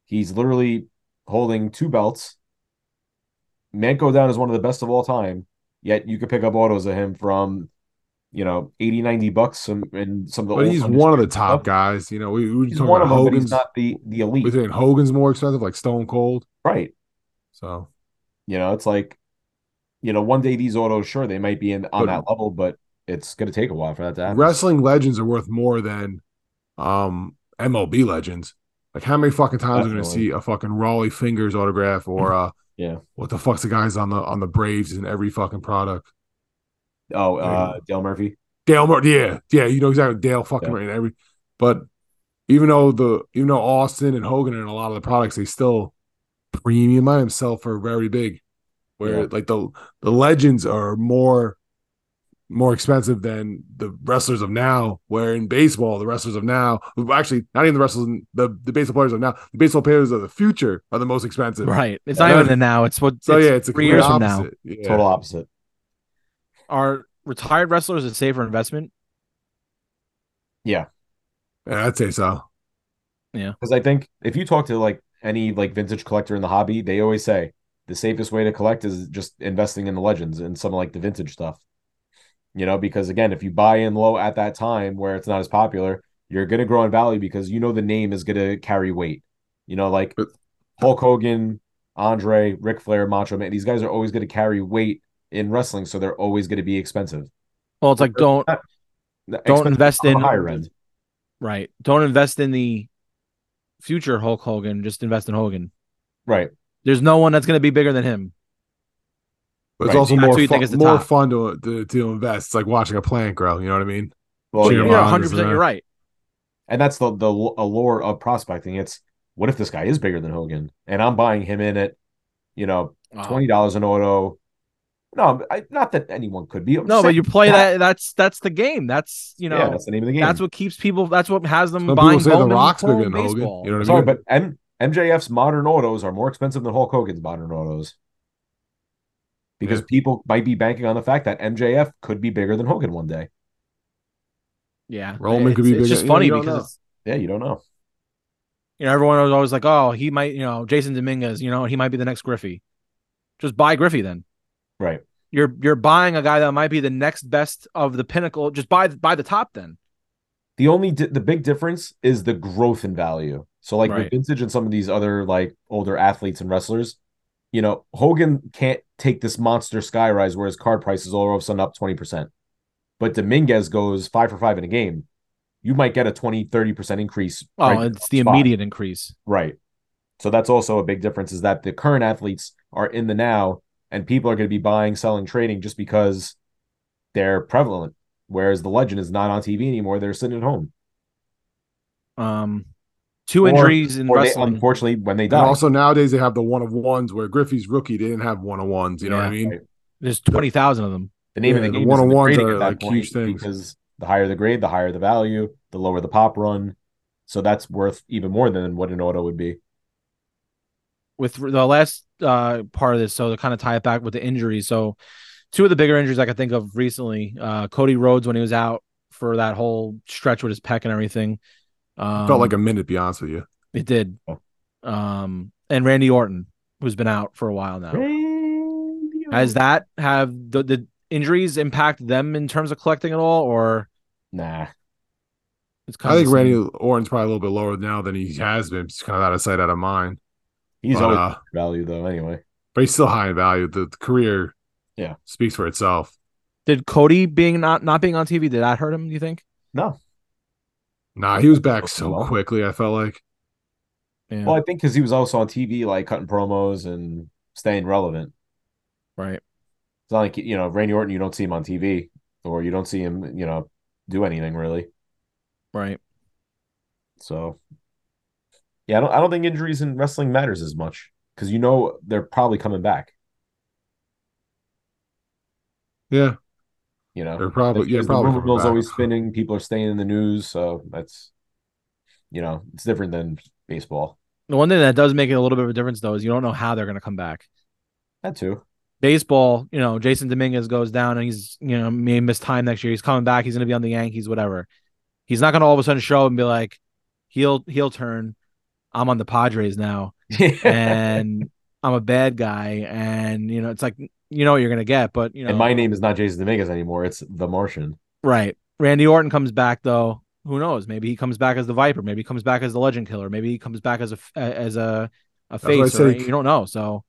He's literally holding two belts. Manco down is one of the best of all time. Yet you could pick up autos of him from, you know, 80, 90 bucks and, and some of the
but
old
he's
Undisputed
one of the
stuff.
top guys. You know, we, we were
He's
talking
one
about
of them, but
Hogan's
he's not the the elite.
We think Hogan's more expensive, like Stone Cold.
Right.
So
you know, it's like, you know, one day these autos, sure, they might be in on
But-
that level, but it's gonna take a while for that to happen.
wrestling legends are worth more than um MLB legends. Like how many fucking times are we gonna
Definitely.
see a fucking Raleigh Fingers autograph or uh
Yeah.
what the fuck's the guys on the on the Braves in every fucking product?
Oh, uh, Dale Murphy.
Dale Mur- yeah, yeah, you know exactly Dale fucking
Yeah.
right in every but even though the even though Austin and Hogan are in a lot of the products, they still premium on himself are very big. Where
Yeah.
like the the legends are more more expensive than the wrestlers of now. Where in baseball, the wrestlers of now, well, actually not even the wrestlers, in- the the baseball players of now, the baseball players of the future are the most expensive.
Right. It's not even the now. It's what.
So yeah, it's a
three
complete
years from now.
opposite. Yeah.
Total opposite.
Are retired wrestlers a safer investment?
Yeah.
Yeah, I'd say so.
Yeah.
Because I think if you talk to like any like vintage collector in the hobby, they always say the safest way to collect is just investing in the legends and some of like the vintage stuff. You know, because again, if you buy in low at that time where it's not as popular, you're gonna grow in value because you know the name is gonna carry weight. You know, like Hulk Hogan, Andre, Ric Flair, Macho Man, these guys are always gonna carry weight in wrestling, so they're always gonna be expensive.
Well, it's like don't don't
Expensive
invest
on the
in
higher end.
Right. Don't invest in the future Hulk Hogan. Just invest in Hogan.
Right.
There's no one that's going to be bigger than him.
But it's
Right.
also
That's
more
who you
fun,
think is the
more
top.
fun to, to to invest. It's like watching a plant grow. You know what I mean?
Well,
Cheer
yeah.
him
You're
on,
100% you're right.
and that's the the l- allure of prospecting. It's what if this guy is bigger than Hogan, and I'm buying him in at, you know,
Wow.
twenty dollars an auto. No, I, not that anyone could be. I'm
No, but
saying
you play that. That's that's the game. That's you know.
Yeah, that's the name of the game.
That's what keeps people. That's what has them
Some people
buying
say The
Bowman
Rock's bigger
Chrome
than Hogan.
baseball.
You know what I
Sorry,
mean?
but M- MJF's modern autos are more expensive than Hulk Hogan's modern autos because people might be banking on the fact that MJF could be bigger than Hogan one day.
Yeah,
Roman could be
it's-
bigger-
It's just
you know,
funny
you don't
because
know.
it's,
Yeah, you don't know.
you know everyone was always like, oh, he might, you know, Jason Dominguez, you know, he might be the next Griffey. Just buy Griffey then.
Right.
You're you're buying a guy that might be the next best of the pinnacle. Just buy buy the top then.
The only di- the big difference is the growth in value. So like with
Right.
vintage and some of these other like older athletes and wrestlers, you know, Hogan can't take this monster sky rise where his card price is all of a sudden up 20%. But Dominguez goes five for five in a game. You might get a 20, 30% increase.
Oh,
right
it's the
spot.
immediate increase.
Right. So that's also a big difference is that the current athletes are in the now and people are going to be buying, selling, trading just because they're prevalent. Whereas the legend is not on TV anymore. They're sitting at home.
Um, two
Or-
injuries in
or they-
wrestling.
unfortunately, when they
And
die.
also nowadays they have the one of ones where Griffey's rookie they didn't have one of ones. You know what I
Yeah.
mean?
There's twenty thousand of them.
the name of
Yeah,
the
the
game is the
one-on-ones
grading
are,
at that
like,
point
huge things.
because the higher the grade, the higher the value, the lower the pop run. So that's worth even more than what an auto would be.
with the last uh part of this, so to kind of tie it back with the injuries. So two of the bigger injuries I could think of recently, uh Cody Rhodes when he was out for that whole stretch with his pec and everything. Um,
Felt like a minute, to be honest with you.
it did.
Oh.
Um and Randy Orton, who's been out for a while now. Has that have the, the injuries impact them in terms of collecting at all or
nah.
It's
I think
the same.
Randy Orton's probably a little bit lower now than he has been. He's kind of out of sight, out of mind.
He's
but,
always
uh,
value though, anyway.
but he's still high in value. The, the career,
Yeah.
speaks for itself.
did Cody being not not being on TV, did that hurt him, do you think?
No.
Nah, he was back so quickly. I felt like
Yeah.
Well, I think because he was also on TV, like cutting promos and staying relevant.
Right.
It's not like you know Randy Orton. You don't see him on TV, or you don't see him, you know, do anything really.
Right.
So, yeah, I don't. I don't think injuries in wrestling matters as much because you know they're probably coming back.
Yeah.
You know,
They're probably-
It's-
yeah,
it's
probably
The rumor
coming
mill's
back.
always spinning. People are staying in the news, so that's you know it's different than baseball.
The one thing that does make it a little bit of a difference though is you don't know how they're going to come back.
That too.
Baseball, you know, Jason Dominguez goes down and he's, you know, may miss time next year. He's coming back. He's going to be on the Yankees, whatever. He's not going to all of a sudden show up and be like, he'll he'll turn. I'm on the Padres now, and I'm a bad guy. And you know, it's like you know what you're going to get, but you know,
and my name is not Jason Dominguez anymore. It's The Martian.
Right. Randy Orton comes back though. Who knows? Maybe he comes back as the Viper. Maybe he comes back as the Legend Killer. Maybe he comes back as a f- as a a
That's what I
face. Or,
think.
you don't know. So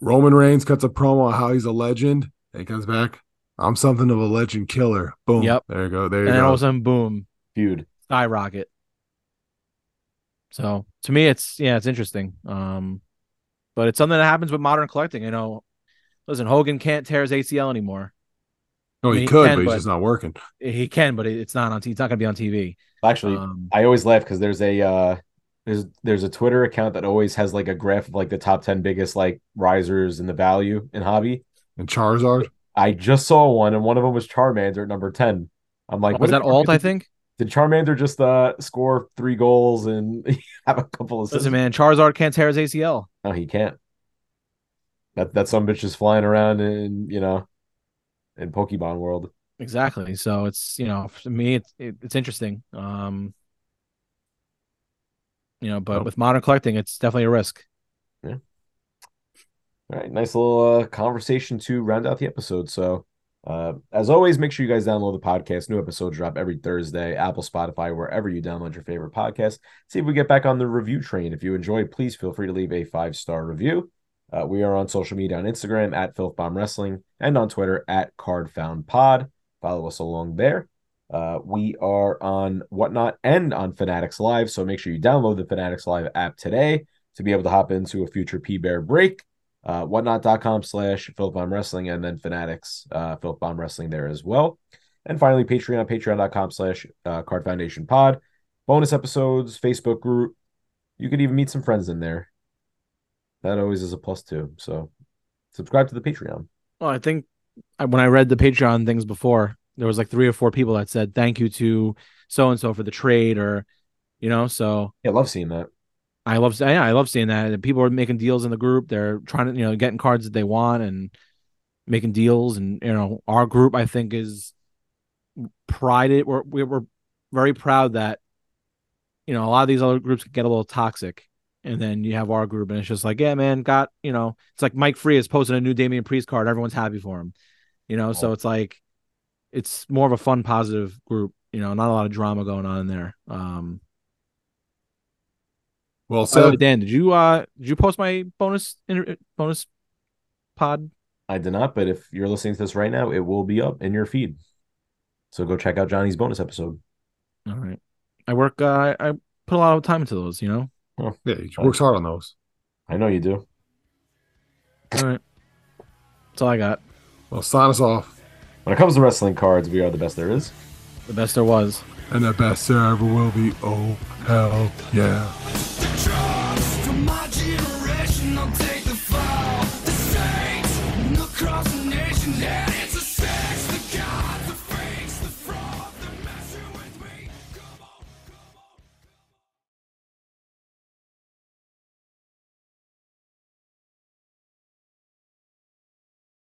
Roman Reigns cuts a promo on how he's a legend and he comes back. I'm something of a legend killer. Boom.
Yep.
There you go. There
and
you
then all
go.
of a sudden, boom,
feud
skyrocket. So to me, it's yeah, it's interesting. Um, but it's something that happens with modern collecting. You know, listen, Hogan can't tear his ACL anymore.
No,
I
he
mean,
could,
can,
but he's just not working.
He can, but it- it's not on. T- it's not going to be on TV.
Actually,
Um,
I always laugh because there's a uh, there's there's a Twitter account that always has like a graph of like the top ten biggest like risers in the value in hobby.
And Charizard.
I just saw one, and one of them was Charmander at number ten. I'm like,
Oh,
what
was
did
that Alt, I
Charmander-
think?
Did Charmander just uh score three goals and have a couple of?
Listen, man, Charizard can't tear his ACL.
No, he can't. That that some bitch is flying around in you know, in Pokemon world.
Exactly. So it's you know for me it's it, it's interesting. Um, you know, but with modern collecting, it's definitely a risk.
All right, nice little uh, conversation to round out the episode. So, uh, as always, make sure you guys download the podcast. New episodes drop every Thursday, Apple, Spotify, wherever you download your favorite podcast. See if we get back on the review train. If you enjoy, please feel free to leave a five star review. Uh, we are on social media on Instagram at FilthBomb Wrestling and on Twitter at CardFoundPod. Follow us along there. Uh, we are on Whatnot and on Fanatics Live, so make sure you download the Fanatics Live app today to be able to hop into a future P Bear break uh, whatnot.com slash Philip Bomb Wrestling and then Fanatics, uh, Philip Bomb Wrestling there as well. And finally, Patreon, patreon.com slash uh, Card Foundation Pod. Bonus episodes, Facebook group. You could even meet some friends in there. That always is a plus too. So subscribe to the Patreon.
Well, I think I- when I read the Patreon things before, there was like three or four people that said thank you to so and so for the trade, or you know, so
yeah, I love seeing that.
I love yeah, I love seeing that. And People are making deals in the group. They're trying to you know getting cards that they want and making deals, and you know, our group I think is prided. We're we- we're very proud that you know a lot of these other groups get a little toxic. And then you have our group, and it's just like, yeah, man, got you know, it's like Mike Free is posting a new Damian Priest card. Everyone's happy for him, you know. So it's like, it's more of a fun, positive group, you know. Not a lot of drama going on in there. Um,
well,
so
said.
Dan, did you uh did you post my bonus inter- bonus pod?
I did not, but if you're listening to this right now, it will be up in your feed. So go check out Johnny's bonus episode.
All right, I work. Uh, I put a lot of time into those. You know.
yeah, he works hard on those.
I know you do.
All right, that's all I got.
Well, sign us off.
When it comes to wrestling cards, we are the best there is.
The best there was.
And the best there ever will be. Oh, hell yeah.